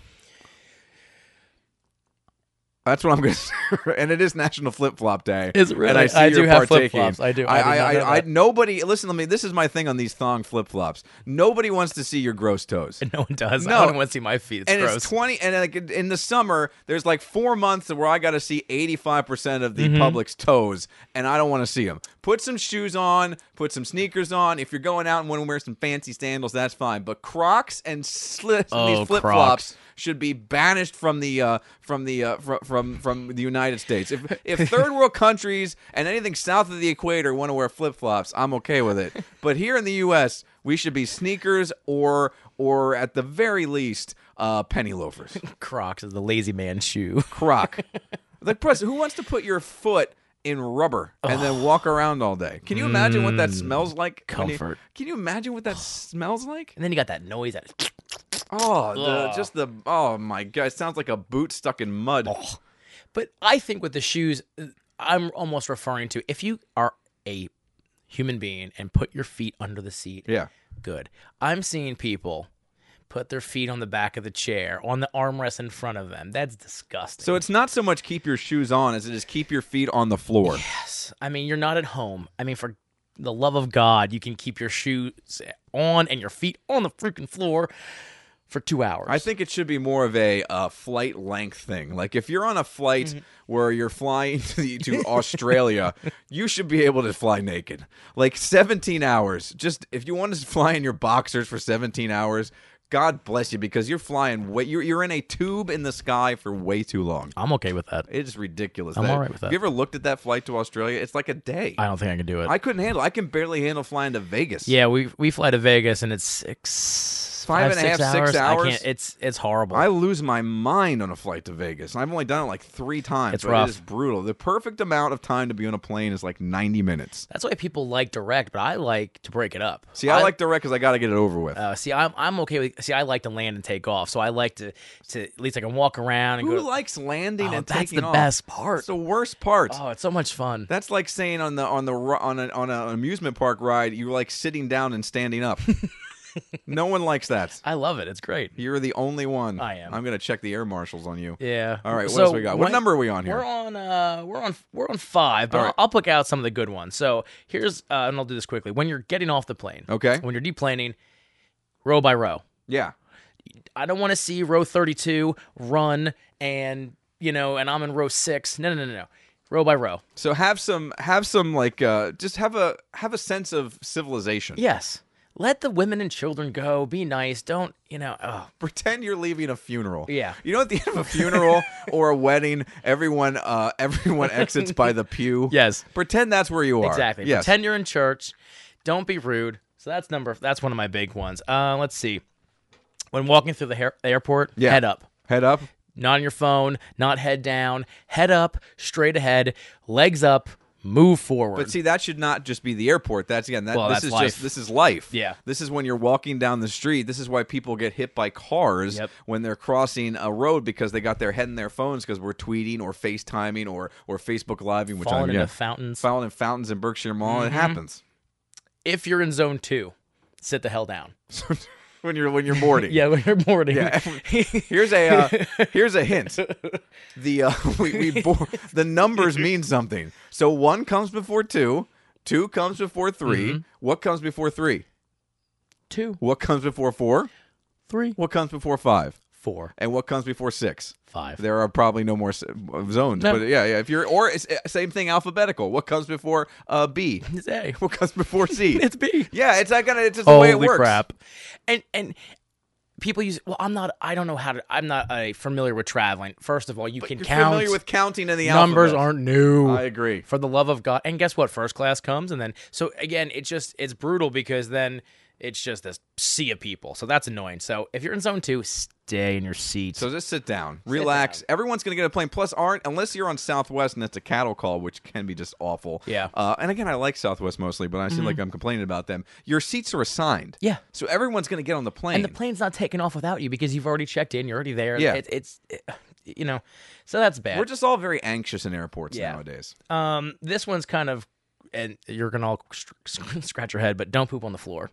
Speaker 1: That's what I'm going to say. And it is National Flip Flop Day.
Speaker 2: Is it really?
Speaker 1: And I, see
Speaker 2: I
Speaker 1: you're
Speaker 2: do have
Speaker 1: partaking.
Speaker 2: flip-flops. I do. I
Speaker 1: I,
Speaker 2: did
Speaker 1: I,
Speaker 2: not know
Speaker 1: I, I,
Speaker 2: that.
Speaker 1: nobody, listen to me. This is my thing on these thong flip flops. Nobody wants to see your gross toes
Speaker 2: No one does.
Speaker 1: No.
Speaker 2: No one wants to see my feet. It's
Speaker 1: and
Speaker 2: gross.
Speaker 1: it's 20 and like in the summer there's like four months where i gotta see 85% of the
Speaker 2: Mm-hmm.
Speaker 1: public's toes and i don't want to see them put some shoes on put some sneakers on if you're going out and want to wear some fancy sandals that's fine but crocs and slits and
Speaker 2: Oh,
Speaker 1: these flip-flops should be banished from the uh, from the uh, fr- from from the United States. If if third world countries and anything south of the equator want to wear flip flops, I'm okay with it. But here in the U.S., we should be sneakers or or at the very least uh, penny loafers.
Speaker 2: Crocs is the lazy man shoe.
Speaker 1: Croc. the press. Who wants to put your foot? In rubber, and then walk around all day. Can you imagine what that smells like? when you-
Speaker 2: Hmm. comfort.
Speaker 1: can you imagine what that smells like?
Speaker 2: And then you got that noise that
Speaker 1: Oh, the,
Speaker 2: Ugh.
Speaker 1: just the oh my god! It sounds like a boot stuck in mud.
Speaker 2: But I think with the shoes, I'm almost referring to if you are a human being and put your feet under the seat,
Speaker 1: Yeah,
Speaker 2: good. I'm seeing people put their feet on the back of the chair, on the armrest in front of them. That's disgusting.
Speaker 1: so it's not so much keep your shoes on as it is keep your feet on the floor.
Speaker 2: yes, I mean you're not at home. I mean for the love of God, you can keep your shoes on and your feet on the freaking floor for two hours.
Speaker 1: I think it should be more of a uh, flight length thing. Like if you're on a flight
Speaker 2: Mm-hmm.
Speaker 1: where you're flying to, the, to Australia, you should be able to fly naked. Like 17 hours. Just if you want to fly in your boxers for 17 hours, God bless you because you're flying. Way, you're you're in a tube in the sky for way too long.
Speaker 2: I'm okay with that.
Speaker 1: It's ridiculous.
Speaker 2: I'm
Speaker 1: that,
Speaker 2: all right with
Speaker 1: Have
Speaker 2: that.
Speaker 1: you ever looked at that flight to Australia? It's like a day.
Speaker 2: I don't think I can do it.
Speaker 1: I couldn't handle. I can barely handle flying to Vegas.
Speaker 2: Yeah, we we fly to Vegas and it's six,
Speaker 1: Five
Speaker 2: five,
Speaker 1: and a
Speaker 2: six
Speaker 1: half, six
Speaker 2: I
Speaker 1: hours?
Speaker 2: can't. It's it's horrible.
Speaker 1: I lose my mind on a flight to Vegas. and I've only done it like three times.
Speaker 2: It's
Speaker 1: but
Speaker 2: rough.
Speaker 1: It is brutal. The perfect amount of time to be on a plane is like 90 minutes.
Speaker 2: That's why people like direct, but I like to break it up.
Speaker 1: See, I, like direct because I got to get it over with.
Speaker 2: Uh, see, I'm I'm okay with. See, I like to land and take off, so I like to to at least I can walk around and
Speaker 1: Who
Speaker 2: go.
Speaker 1: likes landing
Speaker 2: oh,
Speaker 1: and
Speaker 2: that's
Speaker 1: taking
Speaker 2: the
Speaker 1: off?
Speaker 2: best part.
Speaker 1: It's the worst part.
Speaker 2: oh, it's so much fun.
Speaker 1: That's like saying on the on the ru- on a, on an amusement park ride, you're like sitting down and standing up. no one likes that.
Speaker 2: I love it. It's great.
Speaker 1: You're the only one.
Speaker 2: I am.
Speaker 1: I'm gonna check the air marshals on you.
Speaker 2: Yeah.
Speaker 1: All right, what
Speaker 2: So
Speaker 1: else we got? What
Speaker 2: when-
Speaker 1: number are we on
Speaker 2: We're
Speaker 1: here?
Speaker 2: on uh we're on we're on five, but
Speaker 1: All right.
Speaker 2: I'll, I'll pick out some of the good ones. So here's uh, and I'll do this quickly. When you're getting off the plane,
Speaker 1: Okay.
Speaker 2: when you're deplaning, row by row.
Speaker 1: Yeah.
Speaker 2: I don't want to see row 32 run and, you know, and I'm in row six. No, no, no, no. Row by row.
Speaker 1: So have some have some like uh just have a have a sense of civilization.
Speaker 2: Yes. Let the women and children go. Be nice. Don't, you know, oh,
Speaker 1: Pretend you're leaving a funeral.
Speaker 2: Yeah.
Speaker 1: You know at the end of a funeral or a wedding, everyone uh everyone exits by the pew.
Speaker 2: Yes.
Speaker 1: Pretend that's where you are.
Speaker 2: exactly.
Speaker 1: Yes.
Speaker 2: Pretend you're in church. Don't be rude. So that's number, that's one of my big ones. Uh, let's see. When walking through the hair, airport,
Speaker 1: Yeah.
Speaker 2: head up.
Speaker 1: Head up.
Speaker 2: Not on your phone, not head down. Head up, straight ahead, legs up, move forward.
Speaker 1: But see, that should not just be the airport. That's again. That,
Speaker 2: Well,
Speaker 1: this
Speaker 2: that's
Speaker 1: is
Speaker 2: life.
Speaker 1: just this is life.
Speaker 2: Yeah.
Speaker 1: This is when you're walking down the street. This is why people get hit by cars
Speaker 2: Yep.
Speaker 1: when they're crossing a road because they got their head in their phones because we're tweeting or FaceTiming or or Facebook living, which
Speaker 2: Falling
Speaker 1: I'm
Speaker 2: into
Speaker 1: yeah,
Speaker 2: fountains.
Speaker 1: falling in fountains in Berkshire Mall.
Speaker 2: Mm-hmm.
Speaker 1: It happens.
Speaker 2: if you're in zone two, sit the hell down.
Speaker 1: So, when you're when you're boarding.
Speaker 2: Yeah, when you're boarding.
Speaker 1: Yeah. Here's a uh, here's a hint. The uh, we, we bo- the numbers mean something. So one comes before two, two comes before 3
Speaker 2: Mm-hmm.
Speaker 1: What comes before three?
Speaker 2: Two,
Speaker 1: What comes before four?
Speaker 2: three,
Speaker 1: What comes before five?
Speaker 2: four,
Speaker 1: And what comes before six?
Speaker 2: five.
Speaker 1: There are probably no more s- uh, zones,
Speaker 2: No.
Speaker 1: but yeah, yeah. If you're or it's, uh, same thing alphabetical. What comes before uh, B?
Speaker 2: It's A.
Speaker 1: What comes before C?
Speaker 2: It's B.
Speaker 1: yeah, it's not gonna. It's just the
Speaker 2: Holy
Speaker 1: way it works.
Speaker 2: crap! And and people use. Well, I'm not. I don't know how to. I'm not uh, familiar with traveling. First of all, you can
Speaker 1: You're
Speaker 2: count.
Speaker 1: familiar with counting in the
Speaker 2: numbers
Speaker 1: alphabet.
Speaker 2: aren't new.
Speaker 1: I agree.
Speaker 2: For the love of God! And guess what? First class comes, and then so again, it's just it's brutal because then it's just this sea of people. So that's annoying. So if you're in zone two, stay in your seat.
Speaker 1: So just sit down, relax. Everyone's going to get a plane. Plus, aren't unless you're on Southwest and it's a cattle call, which can be just awful.
Speaker 2: Yeah. Mm-hmm.
Speaker 1: Uh, and again, I like Southwest mostly, but I seem like I'm complaining about them. Your seats are assigned.
Speaker 2: Yeah.
Speaker 1: So everyone's going to get on the plane.
Speaker 2: and the plane's not taking off without you because you've already checked in. You're already there.
Speaker 1: Yeah.
Speaker 2: It, it's it- you know, so that's bad.
Speaker 1: We're just all very anxious in airports
Speaker 2: Yeah.
Speaker 1: nowadays.
Speaker 2: um, this one's kind of, and you're gonna all str- scratch your head, but don't poop on the floor.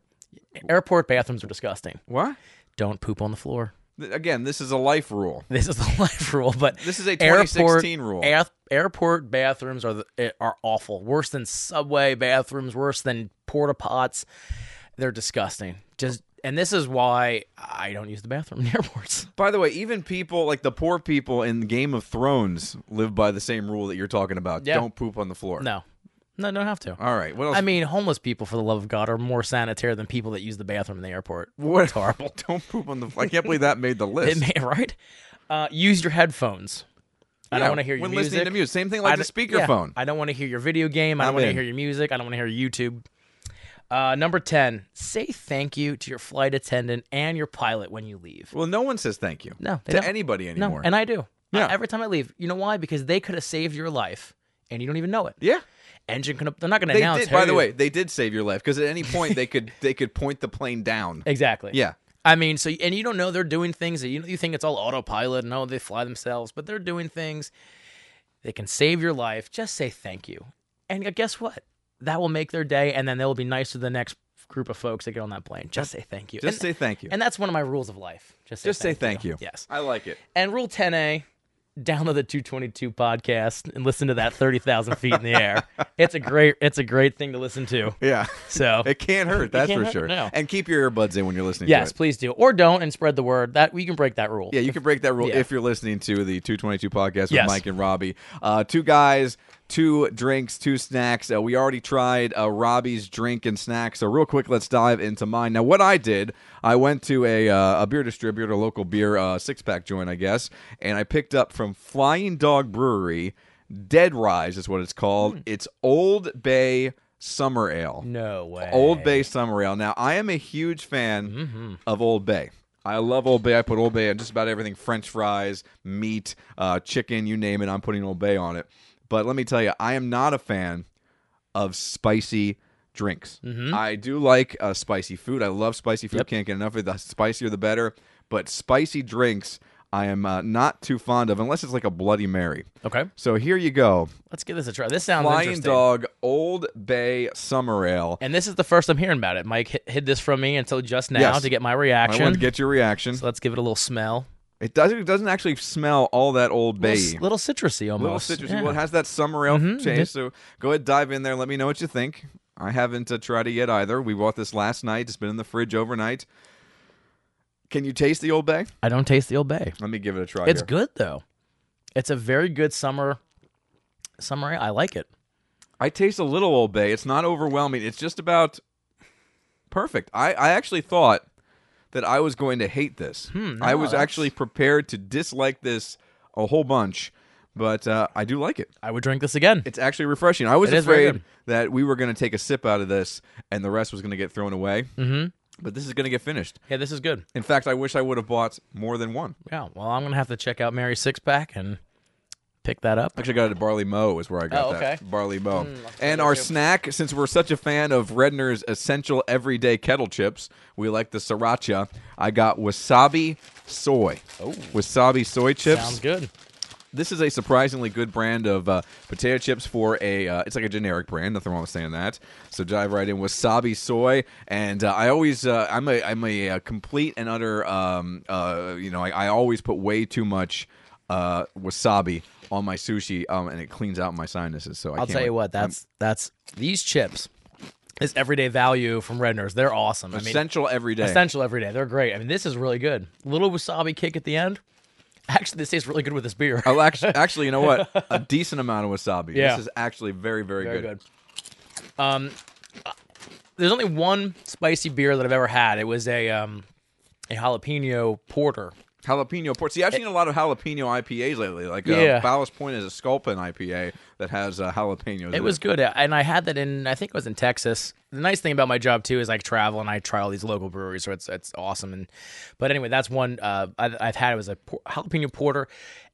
Speaker 2: Airport bathrooms are disgusting.
Speaker 1: What?
Speaker 2: Don't poop on the floor.
Speaker 1: Th- Again, this is a life rule.
Speaker 2: This is the life rule, but
Speaker 1: This is a
Speaker 2: airport
Speaker 1: 2016 rule.
Speaker 2: ath- airport bathrooms are the, eh, are awful. Worse than subway bathrooms. Worse than porta pots. They're disgusting. Just and this is why I don't use the bathroom in airports.
Speaker 1: By the way, even people like the poor people in Game of Thrones live by the same rule that you're talking about.
Speaker 2: Yeah.
Speaker 1: Don't poop on the floor.
Speaker 2: No, no, don't have to.
Speaker 1: All right. What else?
Speaker 2: I mean, homeless people, for the love of God, are more sanitary than people that use the bathroom in the airport.
Speaker 1: what horrible? Don't poop on the. floor. I can't believe that made the
Speaker 2: It
Speaker 1: list.
Speaker 2: may, right? Uh, use your headphones. I
Speaker 1: Yeah,
Speaker 2: don't want to hear your
Speaker 1: when
Speaker 2: music.
Speaker 1: listening to music. Same thing
Speaker 2: I
Speaker 1: like the
Speaker 2: don't- yeah,
Speaker 1: speakerphone.
Speaker 2: I don't want to hear your video game. I
Speaker 1: I'm
Speaker 2: don't want to
Speaker 1: in.
Speaker 2: hear your music. I don't want to hear your YouTube. Uh, number 10, say thank you to your flight attendant and your pilot when you leave.
Speaker 1: Well, no one says thank you
Speaker 2: No, they
Speaker 1: to
Speaker 2: don't.
Speaker 1: anybody
Speaker 2: No,
Speaker 1: anymore.
Speaker 2: and I do. I-
Speaker 1: Yeah.
Speaker 2: every time I leave. You know why? Because they could have saved your life and you don't even know it.
Speaker 1: yeah,
Speaker 2: Engine could have, they're not going to
Speaker 1: they
Speaker 2: announce.
Speaker 1: did. By the
Speaker 2: who-
Speaker 1: way, they did save your life because at any point they could they could point the plane down.
Speaker 2: Exactly.
Speaker 1: Yeah,
Speaker 2: I mean, so and you don't know they're doing things that you you think it's all autopilot. No, they fly themselves, but they're doing things that can save your life. Just say thank you, and uh, guess what? That will make their day, and then they will be nice to the next group of folks that get on that plane. Just say thank you.
Speaker 1: Just
Speaker 2: and,
Speaker 1: say thank you.
Speaker 2: and that's one of my rules of life. Just say
Speaker 1: Just say
Speaker 2: thank
Speaker 1: thank you.
Speaker 2: Yes.
Speaker 1: I like it.
Speaker 2: And rule 10A, download the 222 podcast and listen to that 30,000 feet in the air. It's a great it's a great thing to listen to.
Speaker 1: Yeah.
Speaker 2: So,
Speaker 1: It can't hurt, that's
Speaker 2: can't
Speaker 1: for
Speaker 2: hurt,
Speaker 1: sure.
Speaker 2: no.
Speaker 1: And keep your earbuds in when you're listening
Speaker 2: yes,
Speaker 1: to it.
Speaker 2: please do. Or don't and spread the word. That we can break that rule.
Speaker 1: Yeah, you can break that rule
Speaker 2: Yeah.
Speaker 1: if you're listening to the 222 podcast with
Speaker 2: Yes.
Speaker 1: Mike and Robbie. Uh, two guys, two drinks, two snacks. Uh, we already tried uh, Robbie's drink and snack. So, real quick, let's dive into mine. Now, what I did, I went to a, uh, a beer distributor, a local beer uh, six pack joint, I guess, and I picked up from Flying Dog Brewery, Dead Rise is what it's
Speaker 2: Hmm.
Speaker 1: called. It's Old Bay Summer Ale.
Speaker 2: No way.
Speaker 1: Old Bay Summer Ale. Now, I am a huge fan of Old Bay. I love Old Bay. I put Old Bay on just about everything French fries, meat, uh, chicken, you name it. I'm putting Old Bay on it. But let me tell you, I am not a fan of spicy drinks. I do like uh, spicy food. I love spicy food. Can't get enough of it. The spicier, the better. But spicy drinks, I am uh, not too fond of unless it's like a Bloody Mary.
Speaker 2: Okay.
Speaker 1: So here you go.
Speaker 2: Let's give this a try. This sounds
Speaker 1: Lion
Speaker 2: Oh, interesting.
Speaker 1: Dog Old Bay Summer Ale.
Speaker 2: And this is the first I'm hearing about it. Mike hid- hid this from me until just now
Speaker 1: Yes.
Speaker 2: to get my
Speaker 1: I
Speaker 2: reaction.
Speaker 1: wanted to get your reaction.
Speaker 2: so let's give it a little smell.
Speaker 1: It doesn't. It doesn't actually smell all that old bay.
Speaker 2: Little, s- little citrusy almost.
Speaker 1: Little citrusy.
Speaker 2: Yeah. Mm-hmm,
Speaker 1: Well, it has that summer ale taste. So go ahead, dive in there. Let me know what you think. I haven't uh, tried it yet either. We bought this last night. It's been in the fridge overnight. Can you taste the old bay?
Speaker 2: I don't taste the Old Bay.
Speaker 1: Let me give it a try.
Speaker 2: It's
Speaker 1: here.
Speaker 2: good though. It's a very good summer summer. ale. I like it.
Speaker 1: I taste a little old bay. It's not overwhelming. It's just about perfect. I, I actually thought that I was going to hate this. I was
Speaker 2: Hmm, that's-
Speaker 1: actually prepared to dislike this a whole bunch, but uh, I do like it.
Speaker 2: I would drink this again.
Speaker 1: It's actually refreshing. I was
Speaker 2: It is very
Speaker 1: afraid
Speaker 2: good.
Speaker 1: that we were going to take a sip out of this and the rest was going to get thrown away. Mm-hmm. But this is going to get finished.
Speaker 2: Yeah, this is good.
Speaker 1: In fact, I wish I would have bought more than one.
Speaker 2: Yeah. Well, I'm gonna have to check out Mary Six Pack and pick that up.
Speaker 1: Actually, I got it at Barley Mo is where I got
Speaker 2: Oh, okay.
Speaker 1: that barley mo. and our snack, since we're such a fan of Redner's essential everyday kettle chips, we like the sriracha. I got wasabi soy. Oh, wasabi soy chips.
Speaker 2: Sounds good.
Speaker 1: This is a surprisingly good brand of uh, potato chips for a. Uh, it's like a generic brand. Nothing wrong with saying that. So dive right in. Wasabi soy, and uh, I always uh, I'm a I'm a, uh complete and utter um, uh, you know I, I always put way too much uh, wasabi on my sushi, um, and it cleans out my sinuses. So I
Speaker 2: I'll
Speaker 1: can't
Speaker 2: tell you
Speaker 1: wait.
Speaker 2: what. That's that's these chips. Is everyday value from Redner's. They're awesome. I mean,
Speaker 1: essential every day.
Speaker 2: essential every day. They're great. I mean, this is really good. Little wasabi kick at the end. Actually, this tastes really good with this beer.
Speaker 1: Oh, actually, actually, you know what? A decent amount of wasabi.
Speaker 2: Yeah.
Speaker 1: This is actually very, very,
Speaker 2: Very good. Um, uh, there's only one spicy beer that I've ever had. It was a um, a jalapeno porter.
Speaker 1: Jalapeno port. See, I've seen a lot of jalapeno IPAs lately. Like uh,
Speaker 2: Eh. Yeah.
Speaker 1: Ballast Point is a Sculpin IPA that has uh, jalapenos. in
Speaker 2: It was good, uh, and I had that in I think it was in Texas. The nice thing about my job too is I travel and I try all these local breweries, so it's it's awesome. And but anyway, that's one uh, I, I've had. It was a por- jalapeno porter,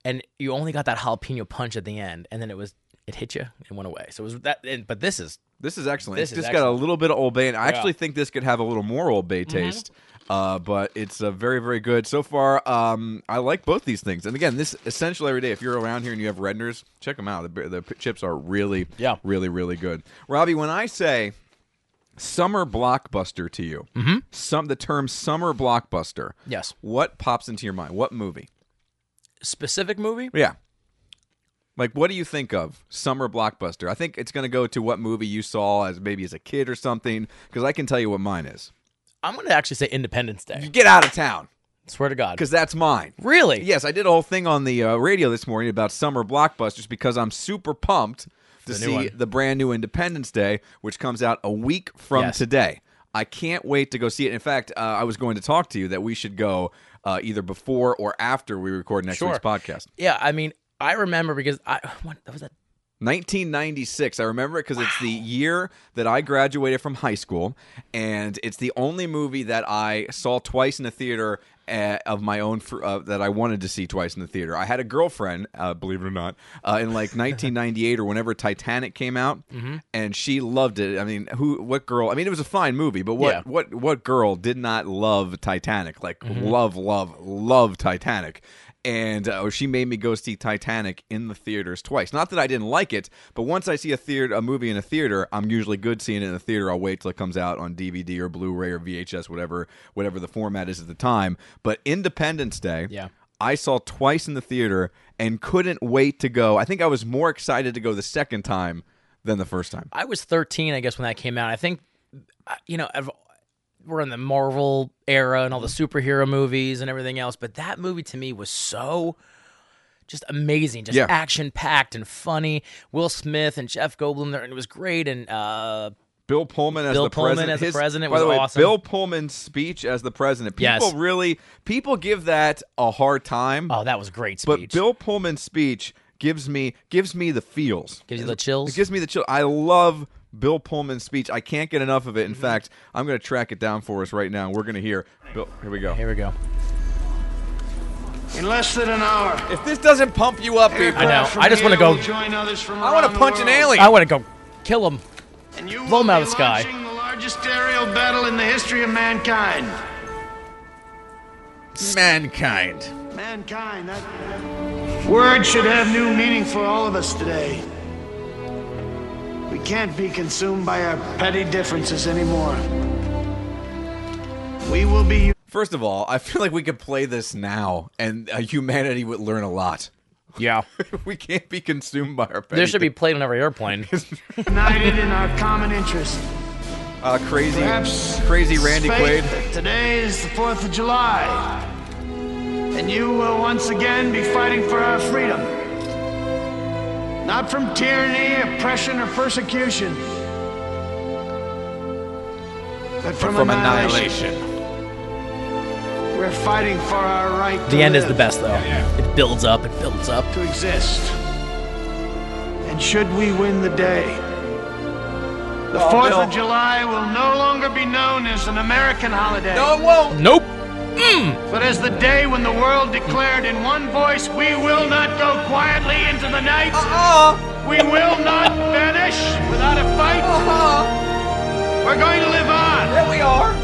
Speaker 2: and you only got that jalapeno punch at the end, and then it was it hit you and went away. So it was that. And, but this is
Speaker 1: This is excellent.
Speaker 2: This
Speaker 1: it's
Speaker 2: is
Speaker 1: just got a little bit of Old Bay, and I actually think this could have a little more Old
Speaker 2: Mm-hmm.
Speaker 1: Bay taste. Uh, but it's uh, very, very good so far. Um, I like both these things, and again, this essential every day. If you're around here and you have Redners, check them out. The, beer- the p- chips are really,
Speaker 2: Yeah.
Speaker 1: really, really good. Robbie, when I say summer blockbuster to you, some the term summer blockbuster,
Speaker 2: Mm-hmm. Yes.
Speaker 1: what pops into your mind? What movie?
Speaker 2: specific movie.
Speaker 1: Yeah. Like, what do you think of summer blockbuster? I think it's going to go to what movie you saw as maybe as a kid or something, because I can tell you what mine is.
Speaker 2: I'm gonna actually say Independence Day.
Speaker 1: Get out of town,
Speaker 2: Swear to God.
Speaker 1: because that's mine.
Speaker 2: Really?
Speaker 1: Yes, I did a whole thing on the uh, radio this morning about summer blockbusters because I'm super pumped to
Speaker 2: new
Speaker 1: see
Speaker 2: one.
Speaker 1: the brand new Independence Day, which comes out a week from
Speaker 2: Yes.
Speaker 1: today. I can't wait to go see it. In fact, uh, I was going to talk to you that we should go uh, either before or after we record next
Speaker 2: Sure.
Speaker 1: week's podcast.
Speaker 2: Yeah, I mean, I remember because I what was that
Speaker 1: 1996. I remember it because it's the year that I graduated from high school, and it's the only movie that I saw twice in the theater uh, of my own fr- uh, that I wanted to see twice in the theater. I had a girlfriend, uh, believe it or not, uh, in like 1998 or whenever Titanic came out, and she loved it. I mean, who? What girl? I mean, it was a fine movie, but what?
Speaker 2: Yeah.
Speaker 1: What? What girl did not love Titanic? Like love, love, love Titanic and uh, she made me go see Titanic in the theaters twice. Not that I didn't like it, but once I see a theater a movie in a theater, I'm usually good seeing it in the theater. I'll wait till it comes out on DVD or Blu-ray or VHS, whatever whatever the format is at the time. But Independence Day,
Speaker 2: Yeah.
Speaker 1: I saw twice in the theater and couldn't wait to go. I think I was more excited to go the second time than the first time.
Speaker 2: I was 13, I guess, when that came out. I think, uh, you know, I've, we're in the Marvel era and all the
Speaker 1: Mm-hmm.
Speaker 2: superhero movies and everything else, but that movie to me was so just amazing, just
Speaker 1: Yeah.
Speaker 2: action packed and funny. Will Smith and Jeff Goldblum there, and it was great. And uh,
Speaker 1: Bill Pullman as
Speaker 2: Bill
Speaker 1: the
Speaker 2: Pullman
Speaker 1: president.
Speaker 2: as the
Speaker 1: His-
Speaker 2: president
Speaker 1: by
Speaker 2: was
Speaker 1: the way,
Speaker 2: awesome.
Speaker 1: Bill Pullman's speech as the president. People
Speaker 2: Yes.
Speaker 1: really people give that a hard time.
Speaker 2: oh, that was a great speech.
Speaker 1: But Bill Pullman's speech gives me gives me the feels.
Speaker 2: gives you the chills.
Speaker 1: It gives me the chill. I love Bill Pullman's speech. I can't get enough of it.
Speaker 2: Mm-hmm.
Speaker 1: In fact, I'm going to track it down for us right now. We're going to hear Bill. Here we go.
Speaker 2: Here we go.
Speaker 3: In less than an hour,
Speaker 1: If this doesn't pump you up, people,
Speaker 2: I know.
Speaker 3: from
Speaker 2: I just wanna
Speaker 3: here
Speaker 2: go-
Speaker 3: will Join others from
Speaker 1: I want
Speaker 3: around
Speaker 1: to
Speaker 3: the
Speaker 1: punch an
Speaker 3: world,
Speaker 1: alien.
Speaker 2: I want to go kill him.
Speaker 3: And you
Speaker 2: Blow 'em
Speaker 3: will
Speaker 2: out of
Speaker 3: be
Speaker 2: the sky.
Speaker 3: launching the largest aerial battle in the history of mankind.
Speaker 1: Mankind.
Speaker 3: Mankind. That word should have new meaning for all of us today. We can't be consumed by our petty differences anymore. We will be
Speaker 1: First of all, I feel like we could play this now, and uh, humanity would learn a lot.
Speaker 2: Yeah.
Speaker 1: we can't be consumed by our.
Speaker 2: There should be played on every airplane.
Speaker 3: united in our common interest.
Speaker 1: uh, crazy,
Speaker 3: Perhaps
Speaker 1: crazy Randy
Speaker 3: fate
Speaker 1: Quaid.
Speaker 3: that Today is the 4th of July. And you will once again be fighting for our freedom. Not from tyranny, oppression, or persecution, but from,
Speaker 1: From
Speaker 3: annihilation.
Speaker 1: annihilation.
Speaker 3: We're fighting for our right to
Speaker 2: The end is the
Speaker 3: live,
Speaker 2: best, though. It builds up, it builds up.
Speaker 3: to exist. And should we win the day, the 4th
Speaker 1: Oh, Bill.
Speaker 3: of July will no longer be known as an American holiday.
Speaker 1: No, it won't.
Speaker 2: Nope.
Speaker 3: But as the day when the world declared in one voice, we will not go quietly into the night,
Speaker 1: Uh-uh.
Speaker 3: we will not vanish without a fight,
Speaker 1: Uh-huh.
Speaker 3: we're going to live on,
Speaker 1: There we are.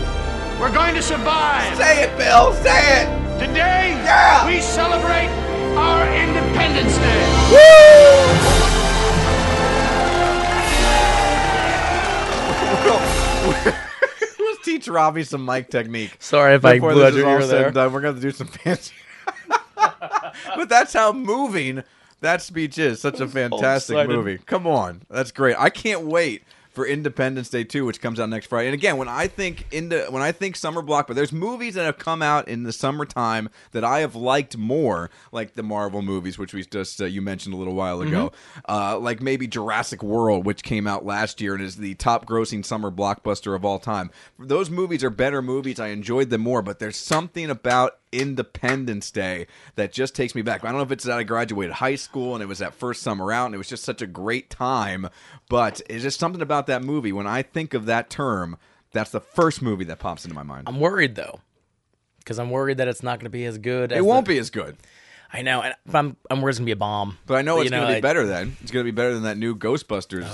Speaker 3: we're going to survive.
Speaker 1: Say it, Bill. Say it.
Speaker 3: Today,
Speaker 1: Yeah.
Speaker 3: we celebrate our Independence Day.
Speaker 1: Let's teach Robbie some mic technique.
Speaker 2: Sorry if I
Speaker 1: Before
Speaker 2: blew out
Speaker 1: this is
Speaker 2: your
Speaker 1: all
Speaker 2: ear
Speaker 1: said
Speaker 2: there.
Speaker 1: and done, we're going to do some fancy. but that's how moving that speech is. Such a fantastic
Speaker 2: excited.
Speaker 1: movie. Come on, that's great. I can't wait for Independence Day 2, which comes out next Friday. And again, when I think into when I think summer block, but there's movies that have come out in the summertime that I have liked more, like the Marvel movies, which we just uh, you mentioned a little while ago, uh, like maybe Jurassic World, which came out last year and is the top grossing summer blockbuster of all time. Those movies are better movies. I enjoyed them more, but there's something about Independence Day that just takes me back. I don't know if it's that I graduated high school and it was that first summer out and it was just such a great time, but it's just something about that movie. When I think of that term, that's the first movie that pops into my mind.
Speaker 2: I'm worried though, because I'm worried that it's not going to be as good. As
Speaker 1: It won't be as good,
Speaker 2: I know, and but I'm I'm worried it's going to be a bomb.
Speaker 1: but I know it's going to
Speaker 2: I-
Speaker 1: be better then. It's going to be better than that new Ghostbusters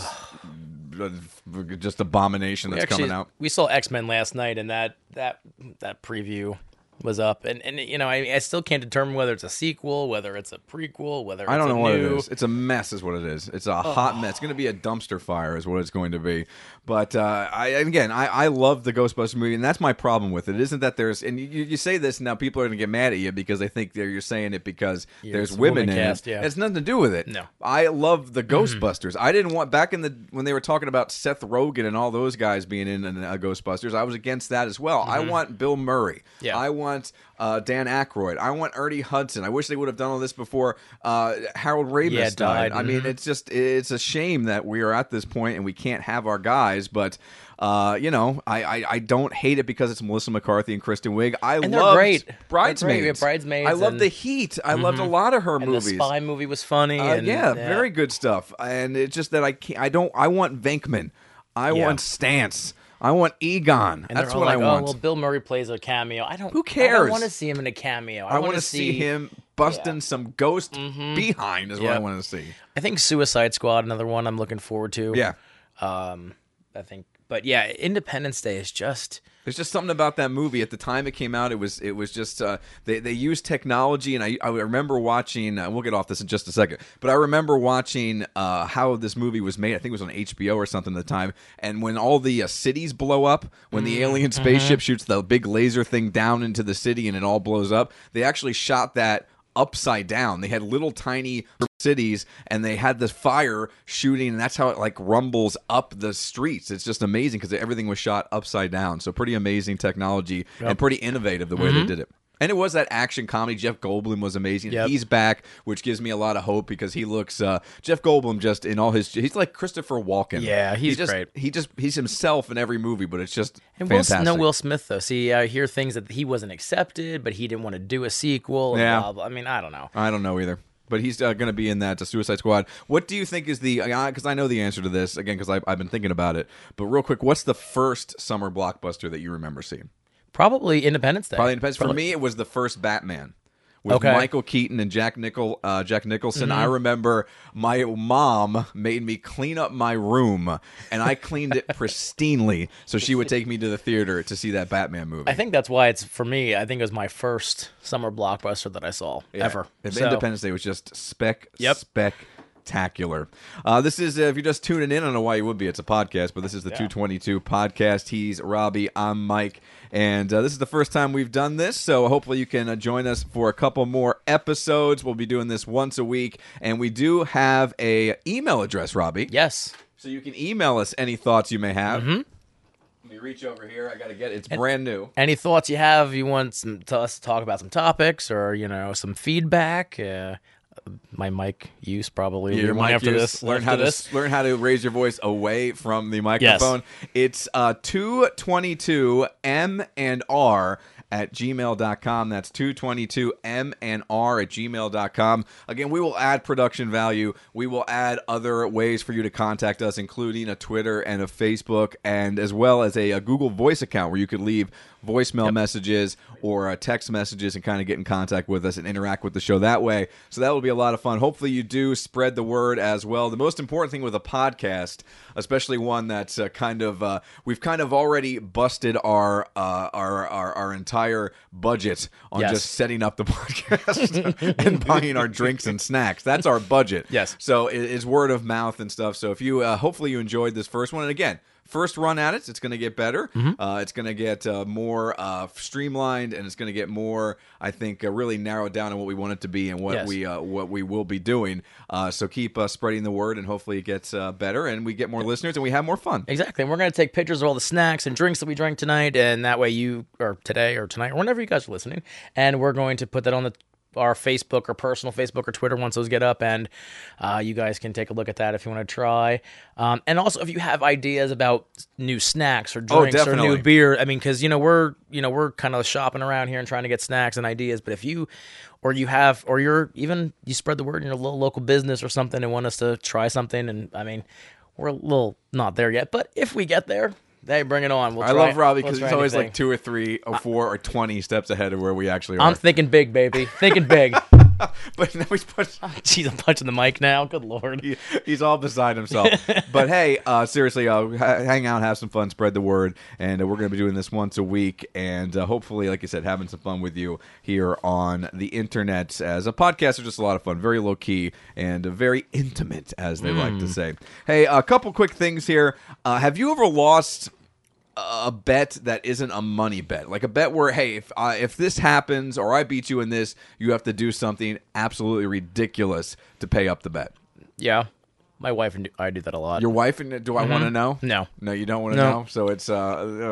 Speaker 1: uh, just abomination that's
Speaker 2: actually,
Speaker 1: coming out.
Speaker 2: We saw X Men last night, and that that that preview was up, and and you know I, I still can't determine whether it's a sequel, whether it's a prequel, whether
Speaker 1: I don't
Speaker 2: it's
Speaker 1: know
Speaker 2: a
Speaker 1: what
Speaker 2: new-
Speaker 1: it is. It's a mess, is what it is. It's a hot mess. It's going to be a dumpster fire, is what it's going to be. But uh, I and again, I, I love the Ghostbusters movie, and that's my problem with it. it isn't that there's and you, you say this now, people are going to get mad at you because they think that you're saying it because there's
Speaker 2: it's
Speaker 1: women
Speaker 2: woman
Speaker 1: in
Speaker 2: cast,
Speaker 1: it.
Speaker 2: yeah.
Speaker 1: It's nothing to do with it.
Speaker 2: No.
Speaker 1: I love the
Speaker 2: Mm-hmm.
Speaker 1: Ghostbusters. I didn't want back in the when they were talking about Seth Rogen and all those guys being in uh, Ghostbusters. I was against that as well. I want Bill Murray.
Speaker 2: Mm-hmm. Yeah.
Speaker 1: I want uh, Dan Aykroyd. I want Ernie Hudson. I wish they would have done all this before uh, Harold Ramis
Speaker 2: Yeah,
Speaker 1: died.
Speaker 2: died. Mm-hmm.
Speaker 1: I mean, it's just it's a shame that we are at this point and we can't have our guys. But uh, you know, I, I I don't hate it because it's Melissa McCarthy and Kristen Wiig. I
Speaker 2: And they're
Speaker 1: love
Speaker 2: great. They're great. We have
Speaker 1: Bridesmaids.
Speaker 2: Bridesmaids
Speaker 1: I loved
Speaker 2: and- Mm-hmm.
Speaker 1: the Heat. I loved a lot of her
Speaker 2: And
Speaker 1: movies.
Speaker 2: the spy movie was funny.
Speaker 1: Uh,
Speaker 2: and,
Speaker 1: yeah, very good stuff. And it's just that I can't. I don't. I want Venkman. I
Speaker 2: Yeah.
Speaker 1: want Stance. I want Egon.
Speaker 2: And
Speaker 1: That's
Speaker 2: they're all
Speaker 1: what
Speaker 2: like,
Speaker 1: I want.
Speaker 2: Oh well, Bill Murray plays a cameo. I don't.
Speaker 1: Who
Speaker 2: I don't
Speaker 1: cares?
Speaker 2: want to see him in a cameo. I,
Speaker 1: I
Speaker 2: want to
Speaker 1: see him busting some ghost behind. Is what I
Speaker 2: Mm-hmm. Yep.
Speaker 1: want to see.
Speaker 2: I think Suicide Squad, another one I'm looking forward to.
Speaker 1: Yeah,
Speaker 2: Um, I think, but yeah, Independence Day is just.
Speaker 1: there's just something about that movie. At the time it came out, it was it was just uh, they they used technology, and I I remember watching. Uh, we'll get off this in just a second, but I remember watching uh, how this movie was made. I think it was on HBO or something at the time. And when all the uh, cities blow up, when the alien spaceship shoots the big laser thing down into the city and it all blows up, they actually shot that upside down. They had little tiny cities and they had this fire shooting and that's how it like rumbles up the streets. It's just amazing because everything was shot upside down. So pretty amazing technology and pretty innovative the way they did it. And it was that action comedy. Jeff Goldblum was amazing.
Speaker 2: Yep.
Speaker 1: He's back, which gives me a lot of hope because he looks uh, Jeff Goldblum just in all his. He's like Christopher Walken.
Speaker 2: Yeah, he's
Speaker 1: he just,
Speaker 2: great.
Speaker 1: He just he's himself in every movie, but it's just
Speaker 2: And Will,
Speaker 1: fantastic.
Speaker 2: no Will Smith though. See, I hear things that he wasn't accepted, but he didn't want to do a sequel. And
Speaker 1: Yeah.
Speaker 2: blah, blah. I mean, I don't know.
Speaker 1: I don't know either. But he's uh, going to be in that uh, Suicide Squad. What do you think is the? Because I know the answer to this again because I've been thinking about it. But real quick, what's the first summer blockbuster that you remember seeing?
Speaker 2: Probably Independence Day.
Speaker 1: Probably depends. For me, it was the first Batman with
Speaker 2: Okay.
Speaker 1: Michael Keaton and Jack Nichol, uh, Jack Nicholson. I remember my mom made me clean up my room, and I cleaned it pristinely, so she would take me to the theater to see that Batman movie.
Speaker 2: I think that's why it's for me. I think it was my first summer blockbuster that I saw
Speaker 1: Yeah.
Speaker 2: ever.
Speaker 1: And
Speaker 2: So-
Speaker 1: Independence Day was just spec
Speaker 2: Yep.
Speaker 1: spectacular. Uh, this is uh, if you're just tuning in, I don't know why you would be. It's a podcast, but this is the 222 podcast. He's Robbie, I'm Mike, and uh, this is the first time we've done this. So hopefully you can uh, join us for a couple more episodes. We'll be doing this once a week, and we do have a email address, Robbie.
Speaker 2: Yes.
Speaker 1: So you can email us any thoughts you may have.
Speaker 2: Mm-hmm.
Speaker 1: Let me reach over here. I got to get it. It's brand new.
Speaker 2: Any thoughts you have? You want some, to us to talk about some topics or you know some feedback? Uh, my mic use probably. will be
Speaker 1: your
Speaker 2: one
Speaker 1: mic
Speaker 2: after
Speaker 1: use.
Speaker 2: this.
Speaker 1: Learn
Speaker 2: after
Speaker 1: how
Speaker 2: this.
Speaker 1: to learn how to raise your voice away from the microphone. It's uh, 222 M and R at gmail.com. That's 222 M and R at gmail.com. Again, we will add production value. We will add other ways for you to contact us, including a Twitter and a Facebook, and as well as a, a Google Voice account where you could leave voicemail messages or uh, text messages and kind of get in contact with us and interact with the show that way. So that will be a lot of fun. Hopefully, you do spread the word as well. The most important thing with a podcast, especially one that's uh, kind of uh, we've kind of already busted our uh, our, our our entire budget on
Speaker 2: Yes.
Speaker 1: just setting up the podcast and buying our drinks and snacks. That's our budget.
Speaker 2: Yes.
Speaker 1: So it is word of mouth and stuff. So if you uh, hopefully you enjoyed this first one, and again, first run at it, it's going to get better.
Speaker 2: Mm-hmm.
Speaker 1: Uh, it's going to get uh, more uh, streamlined, and it's going to get more. I think uh, really narrowed down on what we want it to be and what
Speaker 2: Yes.
Speaker 1: we uh, what we will be doing. Uh, so keep uh, spreading the word, and hopefully it gets uh, better, and we get more listeners, and we have more fun.
Speaker 2: Exactly. And we're going to take pictures of all the snacks and drinks that we drank tonight. And that way, you, or today, or tonight, or whenever you guys are listening. And we're going to put that on the our Facebook or personal Facebook or Twitter once those get up. And uh, you guys can take a look at that if you want to try. Um, and also, if you have ideas about new snacks or drinks or new
Speaker 1: definitely.
Speaker 2: beer, I mean, because, you know, we're, you know, we're kind of shopping around here and trying to get snacks and ideas. But if you, or you have, or you're even, you spread the word in your little local business or something and want us to try something. And I mean, we're a little not there yet, but if we get there, they bring it on. We'll
Speaker 1: I
Speaker 2: try-
Speaker 1: love Robbie
Speaker 2: we'll
Speaker 1: because
Speaker 2: try
Speaker 1: he's always
Speaker 2: anything.
Speaker 1: like two or three or four or twenty steps ahead of where we actually are.
Speaker 2: I'm thinking big, baby. Thinking big.
Speaker 1: but now he's put.
Speaker 2: Jeez, I'm punching the mic now. Good lord.
Speaker 1: He- he's all beside himself. but hey, uh, seriously, uh, ha- hang out, have some fun, spread the word, and uh, we're going to be doing this once a week, and uh, hopefully, like I said, having some fun with you here on the internet as a podcast is just a lot of fun, very low key and uh, very intimate, as they like to say. Hey, a couple quick things here. Uh, have you ever lost? a bet that isn't a money bet, like a bet where hey, if uh, if this happens or I beat you in this, you have to do something absolutely ridiculous to pay up the bet.
Speaker 2: Yeah. My wife and I do that a lot.
Speaker 1: Your wife and do I want to know?
Speaker 2: No.
Speaker 1: Mm-hmm. no, you don't want to
Speaker 2: No.
Speaker 1: know. So it's uh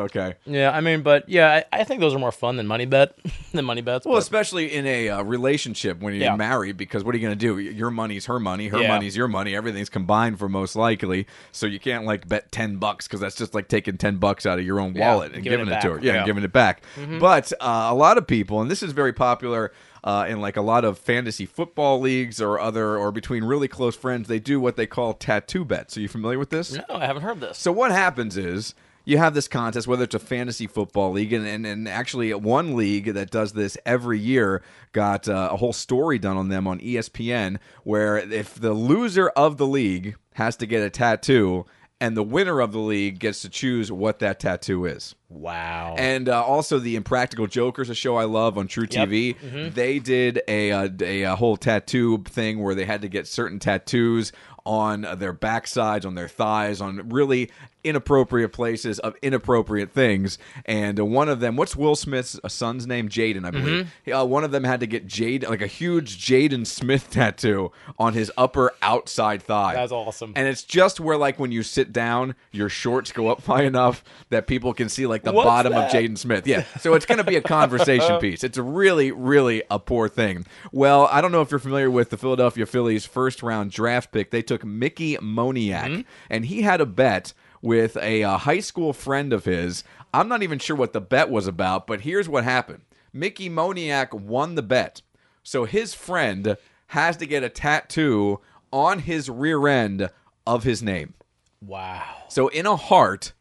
Speaker 1: okay.
Speaker 2: yeah, I mean, but yeah, I, I think those are more fun than money bet than money bets.
Speaker 1: Well,
Speaker 2: but-
Speaker 1: especially in a uh, relationship when you're
Speaker 2: Yeah.
Speaker 1: married, because what are you going to do? Your money's her money, her
Speaker 2: Yeah.
Speaker 1: money's your money. Everything's combined for most likely, so you can't like bet ten bucks because that's just like taking ten bucks out of your own
Speaker 2: Yeah,
Speaker 1: wallet and
Speaker 2: giving
Speaker 1: giving,
Speaker 2: it
Speaker 1: it, to her.
Speaker 2: back.
Speaker 1: Yeah,
Speaker 2: Yeah.
Speaker 1: and giving it back. But uh, a lot of people, and this is very popular uh, in like a lot of fantasy football leagues or other or between really close friends, they do what they call tattoo bets. Are you familiar with this?
Speaker 2: no, oh, I haven't heard this.
Speaker 1: So what happens is you have this contest, whether it's a fantasy football league, and, and, and actually one league that does this every year got uh, a whole story done on them on E ESPN, where if the loser of the league has to get a tattoo, and the winner of the league gets to choose what that tattoo is.
Speaker 2: Wow.
Speaker 1: And uh, also the Impractical Jokers, a show I love on True
Speaker 2: Yep. Mm-hmm.
Speaker 1: TV. They did a, uh, a a whole tattoo thing where they had to get certain tattoos on uh, their backsides, on their thighs, on really inappropriate places of inappropriate things. And uh, one of them, what's Will Smith's uh, son's name? Jaden, I
Speaker 2: Mm-hmm.
Speaker 1: believe. Uh, one of them had to get Jade, like a huge Jaden Smith tattoo on his upper outside thigh.
Speaker 2: That's awesome.
Speaker 1: And it's just where, like, when you sit down, your shorts go up high enough that people can see, like, the
Speaker 2: What's
Speaker 1: bottom of
Speaker 2: that?
Speaker 1: Jaden Smith. Yeah. So it's going to be a conversation piece. It's really, really a poor thing. Well, I don't know if you're familiar with the Philadelphia Phillies first round draft pick. They took Mickey Moniak,
Speaker 2: Mm-hmm.
Speaker 1: and he had a bet with a, uh high school friend of his. I'm not even sure what the bet was about, but here's what happened Mickey Moniak won the bet. So his friend has to get a tattoo on his rear end of his name.
Speaker 2: wow.
Speaker 1: So in a heart,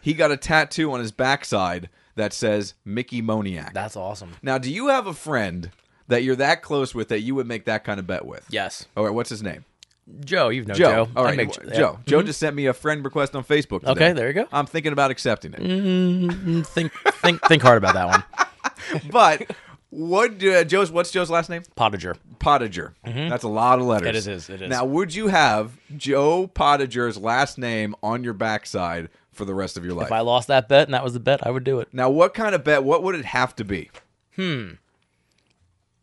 Speaker 1: he got a tattoo on his backside that says Mickey Moniac.
Speaker 2: That's awesome.
Speaker 1: now, do you have a friend that you're that close with that you would make that kind of bet with?
Speaker 2: Yes.
Speaker 1: All right, what's his name?
Speaker 2: Joe, you've known
Speaker 1: Joe.
Speaker 2: Oh, Joe.
Speaker 1: All
Speaker 2: I
Speaker 1: right,
Speaker 2: make-
Speaker 1: Joe.
Speaker 2: yeah. Mm-hmm.
Speaker 1: Joe just sent me a friend request on Facebook. today.
Speaker 2: Okay, there you go. Mm-hmm.
Speaker 1: I'm thinking about accepting it.
Speaker 2: Think think think hard about that one.
Speaker 1: But what uh, Joe's? What's Joe's last name?
Speaker 2: Potager.
Speaker 1: Potager. That's a lot of letters.
Speaker 2: Mm-hmm. It is, it is, it is.
Speaker 1: Now, would you have Joe Potager's last name on your backside for the rest of your life?
Speaker 2: If I lost that bet and that was the bet, I would do it.
Speaker 1: now, what kind of bet? What would it have to be?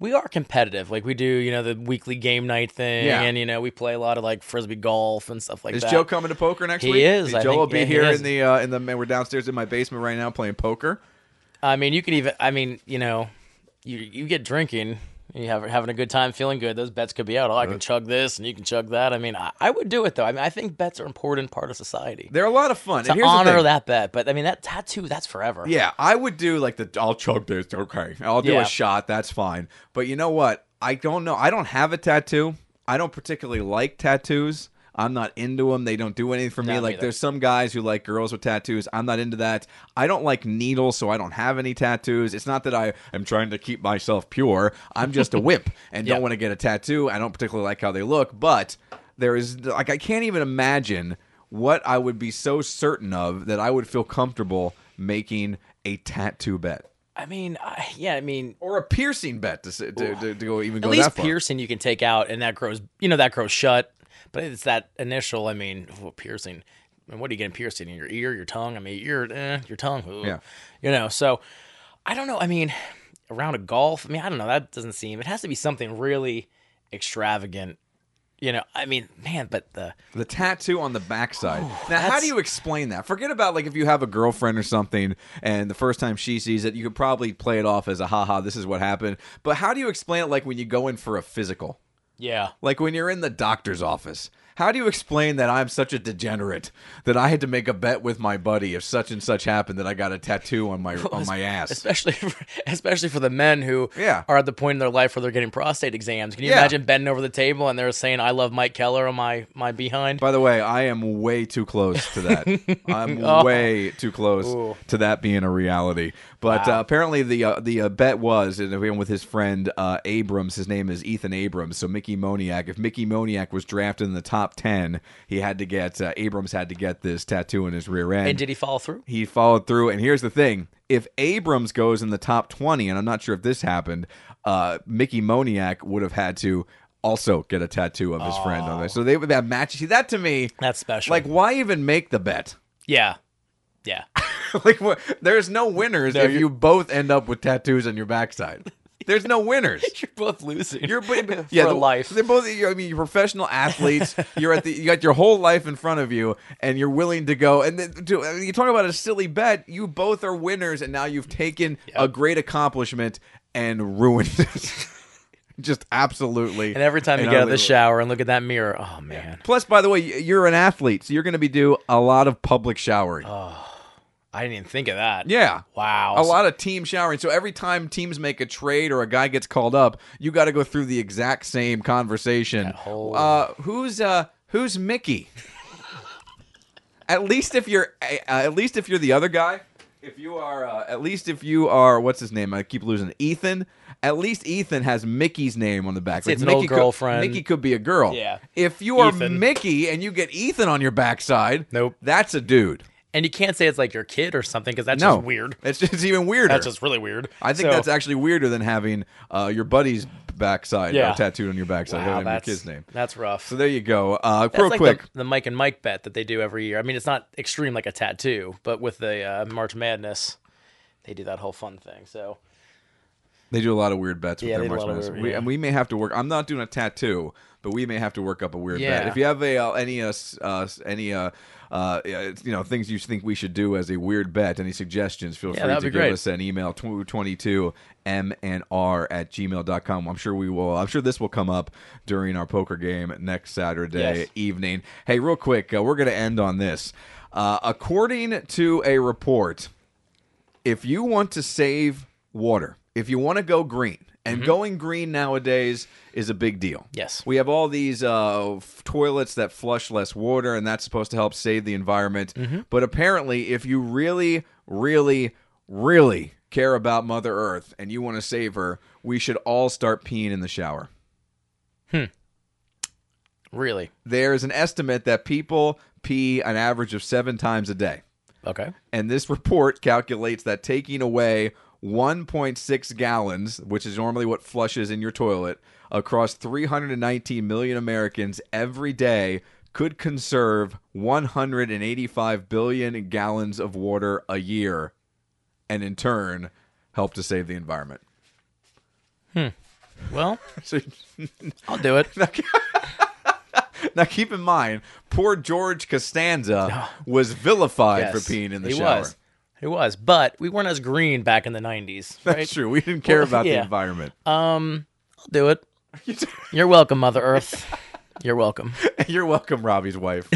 Speaker 2: we are competitive. Like we do, you know, the weekly game night thing,
Speaker 1: Yeah.
Speaker 2: and you know, we play a lot of like frisbee golf and stuff like
Speaker 1: Is
Speaker 2: that.
Speaker 1: Joe coming to poker next
Speaker 2: He
Speaker 1: week?
Speaker 2: is, I
Speaker 1: Joe will
Speaker 2: think-
Speaker 1: be
Speaker 2: yeah, he
Speaker 1: here
Speaker 2: is.
Speaker 1: in the uh, in the. We're downstairs in my basement right now playing poker.
Speaker 2: I mean, you can even. I mean, you know, you you get drinking, and you have having a good time, feeling good. Those bets could be out. Oh, I can chug this, and you can chug that. I mean, I, I would do it though. I mean, I think bets are an important part of society.
Speaker 1: They're a lot of fun.
Speaker 2: to
Speaker 1: and here's the
Speaker 2: honor
Speaker 1: thing.
Speaker 2: that bet, but I mean, that tattoo, that's forever.
Speaker 1: Yeah, I would do like the I'll chug this. Okay, I'll do
Speaker 2: Yeah.
Speaker 1: a shot. That's fine. But you know what? I don't know. I don't have a tattoo. I don't particularly like tattoos. I'm not into them. They don't do anything for me.
Speaker 2: Not me
Speaker 1: like
Speaker 2: either.
Speaker 1: there's some guys who like girls with tattoos. I'm not into that. I don't like needles, so I don't have any tattoos. It's not that I am trying to keep myself pure. I'm just a wimp and
Speaker 2: Yeah.
Speaker 1: don't want to get a tattoo. I don't particularly like how they look, but there is like I can't even imagine what I would be so certain of that I would feel comfortable making a tattoo bet
Speaker 2: I mean, I, yeah, I mean,
Speaker 1: or a piercing bet to s- to, to, to go even
Speaker 2: at
Speaker 1: go
Speaker 2: least
Speaker 1: that far.
Speaker 2: piercing you can take out, and that grows. You know, that grows shut. But it's that initial. I mean, oh, piercing. I mean, what are you getting pierced in your ear, your tongue? I mean, your eh, your tongue. ooh.
Speaker 1: Yeah.
Speaker 2: You know, so I don't know. I mean, a round of golf. I mean, I don't know. That doesn't seem. It has to be something really extravagant. You know, I mean, man, but the
Speaker 1: The tattoo on the backside. now, how
Speaker 2: that's-
Speaker 1: do you explain that? Forget about like if you have a girlfriend or something, and the first time she sees it, you could probably play it off as a haha, this is what happened. But how do you explain it like when you go in for a physical?
Speaker 2: yeah.
Speaker 1: Like when you're in the doctor's office. How do you explain that I'm such a degenerate that I had to make a bet with my buddy if such and such happened that I got a tattoo on my on my ass?
Speaker 2: Especially, for, especially for the men who
Speaker 1: Yeah.
Speaker 2: are at the point in their life where they're getting prostate exams. Can you
Speaker 1: Yeah.
Speaker 2: imagine bending over the table and they're saying, "I love Mike Keller" on my my behind?
Speaker 1: By the way, I am way too close to that. I'm way too close to that being a reality. But uh, apparently, the uh, the uh, bet was, and again with his friend uh, Abrams, his name is Ethan Abrams. So Mickey Moniak, if Mickey Moniak was drafted in the top ten, he had to get uh, Abrams had to get this tattoo in his rear end
Speaker 2: and did he follow through?
Speaker 1: he followed through. And here's the thing: if Abrams goes in the top twenty, and I'm not sure if this happened, uh, Mickey Moniak would have had to also get a tattoo of his friend on there. So they would that match. See that to me,
Speaker 2: That's special.
Speaker 1: like, why even make the bet?
Speaker 2: yeah, yeah.
Speaker 1: like, what, there's no winners if you both end up with tattoos on your backside. There's no winners.
Speaker 2: You're both losing.
Speaker 1: You're but,
Speaker 2: For
Speaker 1: the-
Speaker 2: life.
Speaker 1: They're both. I mean, you're professional athletes. You're at the. You got your whole life in front of you, and you're willing to go. And then, to, I mean, you talk about a silly bet. You both are winners, and now you've taken a great accomplishment and ruined it. Just absolutely.
Speaker 2: and every time you get out of the
Speaker 1: unbelievable.
Speaker 2: shower and look at that mirror, oh man,
Speaker 1: Plus, by the way, y- you're an athlete, so you're going to be do a lot of public showering.
Speaker 2: Oh. I didn't even think of that.
Speaker 1: yeah. Oh,
Speaker 2: Wow.
Speaker 1: A lot of team showering. So every time teams make a trade or a guy gets called up, you got to go through the exact same conversation.
Speaker 2: whole-
Speaker 1: Uh, who's uh, who's Mickey? at least if you're uh, at least if you're the other guy, if you are uh, at least if you are what's his name? I keep losing it. Ethan. At least Ethan has Mickey's name on the back.
Speaker 2: it, it's an old
Speaker 1: could-
Speaker 2: girlfriend.
Speaker 1: Mickey could be a girl.
Speaker 2: Yeah.
Speaker 1: If you are
Speaker 2: Ethan.
Speaker 1: Mickey and you get Ethan on your backside,
Speaker 2: Nope.
Speaker 1: that's a dude.
Speaker 2: And you can't say it's like your kid or something because that's
Speaker 1: No,
Speaker 2: just weird.
Speaker 1: It's just even weirder.
Speaker 2: That's just really weird.
Speaker 1: I think
Speaker 2: So-
Speaker 1: that's actually weirder than having uh, your buddy's backside
Speaker 2: Yeah.
Speaker 1: uh, tattooed on your backside.
Speaker 2: wow,
Speaker 1: having your
Speaker 2: that's
Speaker 1: kid's name.
Speaker 2: That's rough.
Speaker 1: So there you go. Uh,
Speaker 2: that's
Speaker 1: real
Speaker 2: like
Speaker 1: quick.
Speaker 2: the, the Mike and Mike bet that they do every year. I mean, it's not extreme like a tattoo, but with the uh, March Madness, they do that whole fun thing. So
Speaker 1: They do a lot of weird bets
Speaker 2: Yeah,
Speaker 1: with
Speaker 2: they
Speaker 1: their
Speaker 2: do a
Speaker 1: March
Speaker 2: lot of
Speaker 1: Madness.
Speaker 2: weird-
Speaker 1: we,
Speaker 2: yeah.
Speaker 1: and we may have to work. I'm not doing a tattoo, but we may have to work up a weird bet.
Speaker 2: Yeah.
Speaker 1: If you have a uh, any uh, s- uh, s- any uh, uh, you know things you think we should do as a weird bet, any suggestions, feel
Speaker 2: Yeah,
Speaker 1: free
Speaker 2: that'd
Speaker 1: to
Speaker 2: be
Speaker 1: give
Speaker 2: great.
Speaker 1: us an email tw- 22 mnr at gmail.com. I'm sure we will. I'm sure this will come up during our poker game next Saturday
Speaker 2: Yes.
Speaker 1: evening. Hey, real quick, uh, we're going to end on this. Uh, according to a report if you want to save water, if you want to go green, and going green nowadays is a big deal.
Speaker 2: Yes.
Speaker 1: We have all these uh, f- toilets that flush less water, and that's supposed to help save the environment. But apparently, if you really, really, really care about Mother Earth and you want to save her, we should all start peeing in the shower.
Speaker 2: really,
Speaker 1: There is an estimate that people pee an average of seven times a day.
Speaker 2: okay,
Speaker 1: And this report calculates that taking away 1.6 gallons, which is normally what flushes in your toilet, across 319 million Americans every day could conserve 185 billion gallons of water a year and in turn help to save the environment.
Speaker 2: well,
Speaker 1: So
Speaker 2: I'll do it.
Speaker 1: now keep in mind, poor George Costanza was vilified
Speaker 2: Yes,
Speaker 1: for peeing in the
Speaker 2: he
Speaker 1: shower.
Speaker 2: Was. He was, but we weren't as green back in the '90s.
Speaker 1: That's
Speaker 2: Right?
Speaker 1: true. We didn't care
Speaker 2: Well,
Speaker 1: about the
Speaker 2: yeah.
Speaker 1: environment.
Speaker 2: Um, I'll do it. You're welcome, Mother Earth. You're welcome.
Speaker 1: You're welcome, Robbie's wife.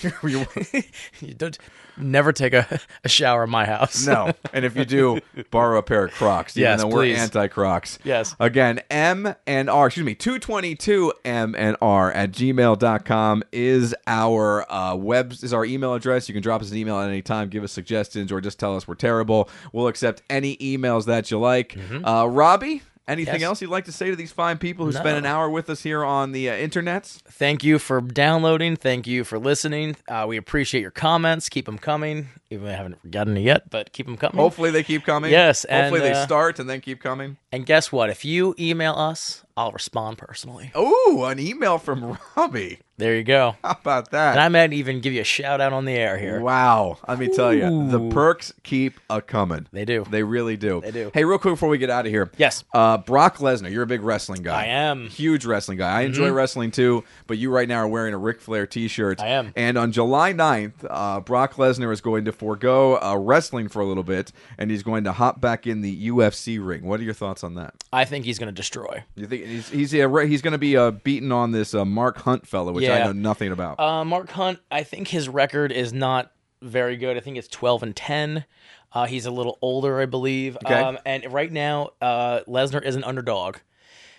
Speaker 1: You're wel-
Speaker 2: You don't never take a, a shower in my house.
Speaker 1: no, and if you do, borrow a pair of Crocs. Even
Speaker 2: Yes,
Speaker 1: though we're
Speaker 2: please.
Speaker 1: anti-Crocs.
Speaker 2: Yes.
Speaker 1: Again, M and R, excuse me, 222 M and R at gmail.com is our uh, web is our email address. You can drop us an email at any time, give us suggestions, or just tell us we're terrible. We'll accept any emails that you like. Uh, Robbie, anything
Speaker 2: Mm-hmm. Yes.
Speaker 1: else you'd like to say to these fine people who spent
Speaker 2: No.
Speaker 1: an hour with us here on the uh, internets?
Speaker 2: Thank you for downloading. Thank you for listening. Uh, we appreciate your comments. Keep them coming. Even though I haven't gotten it yet, but keep them coming.
Speaker 1: Hopefully they keep coming.
Speaker 2: Yes, and,
Speaker 1: Hopefully they
Speaker 2: uh,
Speaker 1: start and then keep coming.
Speaker 2: And guess what? If you email us, I'll respond personally.
Speaker 1: Oh, an email from Robbie.
Speaker 2: There you go.
Speaker 1: How about
Speaker 2: And
Speaker 1: that?
Speaker 2: I might even give you a shout out on the air here.
Speaker 1: Wow. Let me tell you, the
Speaker 2: Ooh.
Speaker 1: perks keep a coming.
Speaker 2: They do.
Speaker 1: They really do. They
Speaker 2: do.
Speaker 1: Hey, real quick before we get out of here.
Speaker 2: Yes.
Speaker 1: Uh, Brock Lesnar, you're a big wrestling guy.
Speaker 2: I am. Mm-hmm.
Speaker 1: Huge wrestling guy. I enjoy wrestling too, but you right now are wearing a Ric Flair t shirt.
Speaker 2: I am.
Speaker 1: And on July 9th, uh, Brock Lesnar is going to forego uh, wrestling for a little bit and he's going to hop back in the UFC ring. What are your thoughts on that?
Speaker 2: I think he's going to destroy.
Speaker 1: You think he's he's, uh, re- he's going to be uh, beaten on this uh, Mark Hunt fellow, which I
Speaker 2: Yeah.
Speaker 1: know nothing about.
Speaker 2: Uh, Mark Hunt, I think his record is not very good. I think it's 12 and 10. Uh, he's a little older, I believe.
Speaker 1: Okay.
Speaker 2: Um, and right now, uh, Lesnar is an underdog.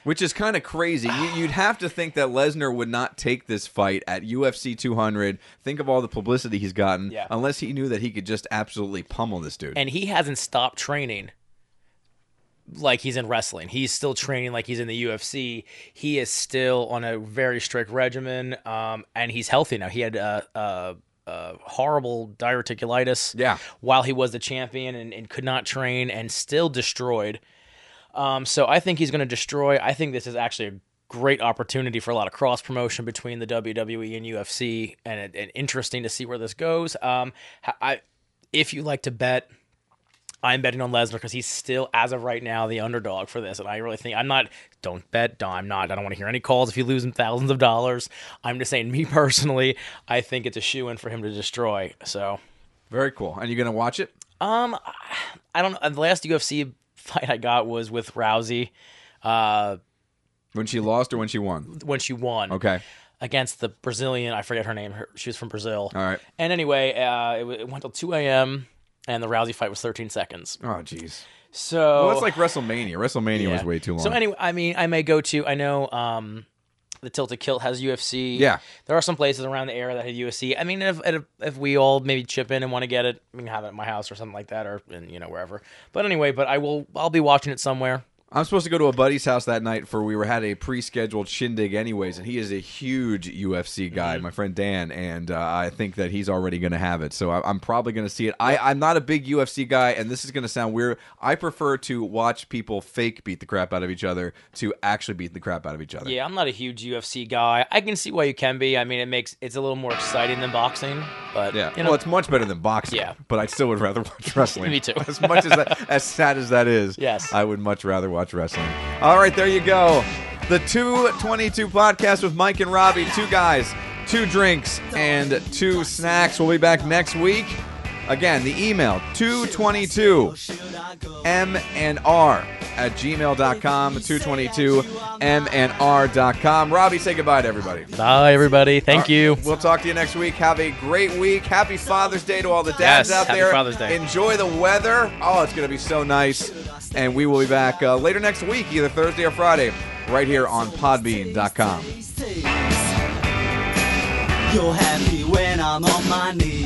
Speaker 1: Which is kind of crazy. You, you'd have to think that Lesnar would not take this fight at UFC 200. Think of all the publicity he's gotten,
Speaker 2: Yeah.
Speaker 1: unless he knew that he could just absolutely pummel this dude.
Speaker 2: and he hasn't stopped training like he's in wrestling. He's still training like he's in the UFC. He is still on a very strict regimen, um, and he's healthy now. He had uh, uh, uh, horrible diverticulitis
Speaker 1: Yeah.
Speaker 2: while he was the champion and, and could not train and still destroyed. Um, so I think he's going to destroy. I think this is actually a great opportunity for a lot of cross promotion between the WWE and UFC, and, it- and interesting to see where this goes. Um, I, if you like to bet, I'm betting on Lesnar because he's still, as of right now, the underdog for this. And I really think I'm not. Don't bet. No, I'm not. I don't want to hear any calls if you lose him thousands of dollars. I'm just saying, me personally, I think it's a shoe in for him to destroy. So,
Speaker 1: Very cool. And you gonna watch it?
Speaker 2: um, I don't know. The last UFC fight I got was with Rousey, uh,
Speaker 1: When she lost or when she won?
Speaker 2: when she won.
Speaker 1: Okay.
Speaker 2: Against the Brazilian, I forget her name. Her, she was from Brazil.
Speaker 1: All right.
Speaker 2: And anyway, uh, it, w- it went till 2 a.m. and the Rousey fight was 13 seconds.
Speaker 1: Oh, jeez.
Speaker 2: So
Speaker 1: Well, it's like WrestleMania. WrestleMania was
Speaker 2: Yeah.
Speaker 1: way too long.
Speaker 2: So anyway, I mean, I may go to. I know um, the Tilted Kilt has UFC.
Speaker 1: Yeah.
Speaker 2: there are some places around the area that had UFC. I mean, if if, if we all maybe chip in and want to get it, we can have it at my house or something like that, or in, you know wherever. But anyway, but I will. I'll be watching it somewhere.
Speaker 1: I'm supposed to go to a buddy's house that night for we were had a pre-scheduled shindig anyways, and he is a huge UFC guy, my friend Dan, and uh, I think that he's already going to have it, so I, I'm probably going to see it. I, I'm not a big UFC guy, and this is going to sound weird. I prefer to watch people fake beat the crap out of each other to actually beat the crap out of each other.
Speaker 2: Yeah, I'm not a huge UFC guy. I can see why you can be. I mean, it makes it's a little more exciting than boxing, but
Speaker 1: Yeah.
Speaker 2: you know,
Speaker 1: well, it's much better than boxing.
Speaker 2: Yeah.
Speaker 1: But I still would rather watch wrestling.
Speaker 2: Me too.
Speaker 1: As much as that, as sad as that is,
Speaker 2: Yes.
Speaker 1: I would much rather watch wrestling. All right, there you go. The 222 podcast with Mike and Robbie, two guys, two drinks, and two snacks. We'll be back next week. Again, the email 222 M and R at gmail.com, 222 M and R.com. Robbie, say goodbye to everybody.
Speaker 2: bye everybody. Thank you.
Speaker 1: We'll talk to you next week. Have a great week. Happy Father's Day to all the dads
Speaker 2: Yes,
Speaker 1: out
Speaker 2: happy
Speaker 1: there.
Speaker 2: Father's Day.
Speaker 1: Enjoy the weather. Oh, it's going to be so nice. And we will be back uh, later next week, either Thursday or Friday, right here on podbean.com.
Speaker 4: You're happy when I'm on my knees.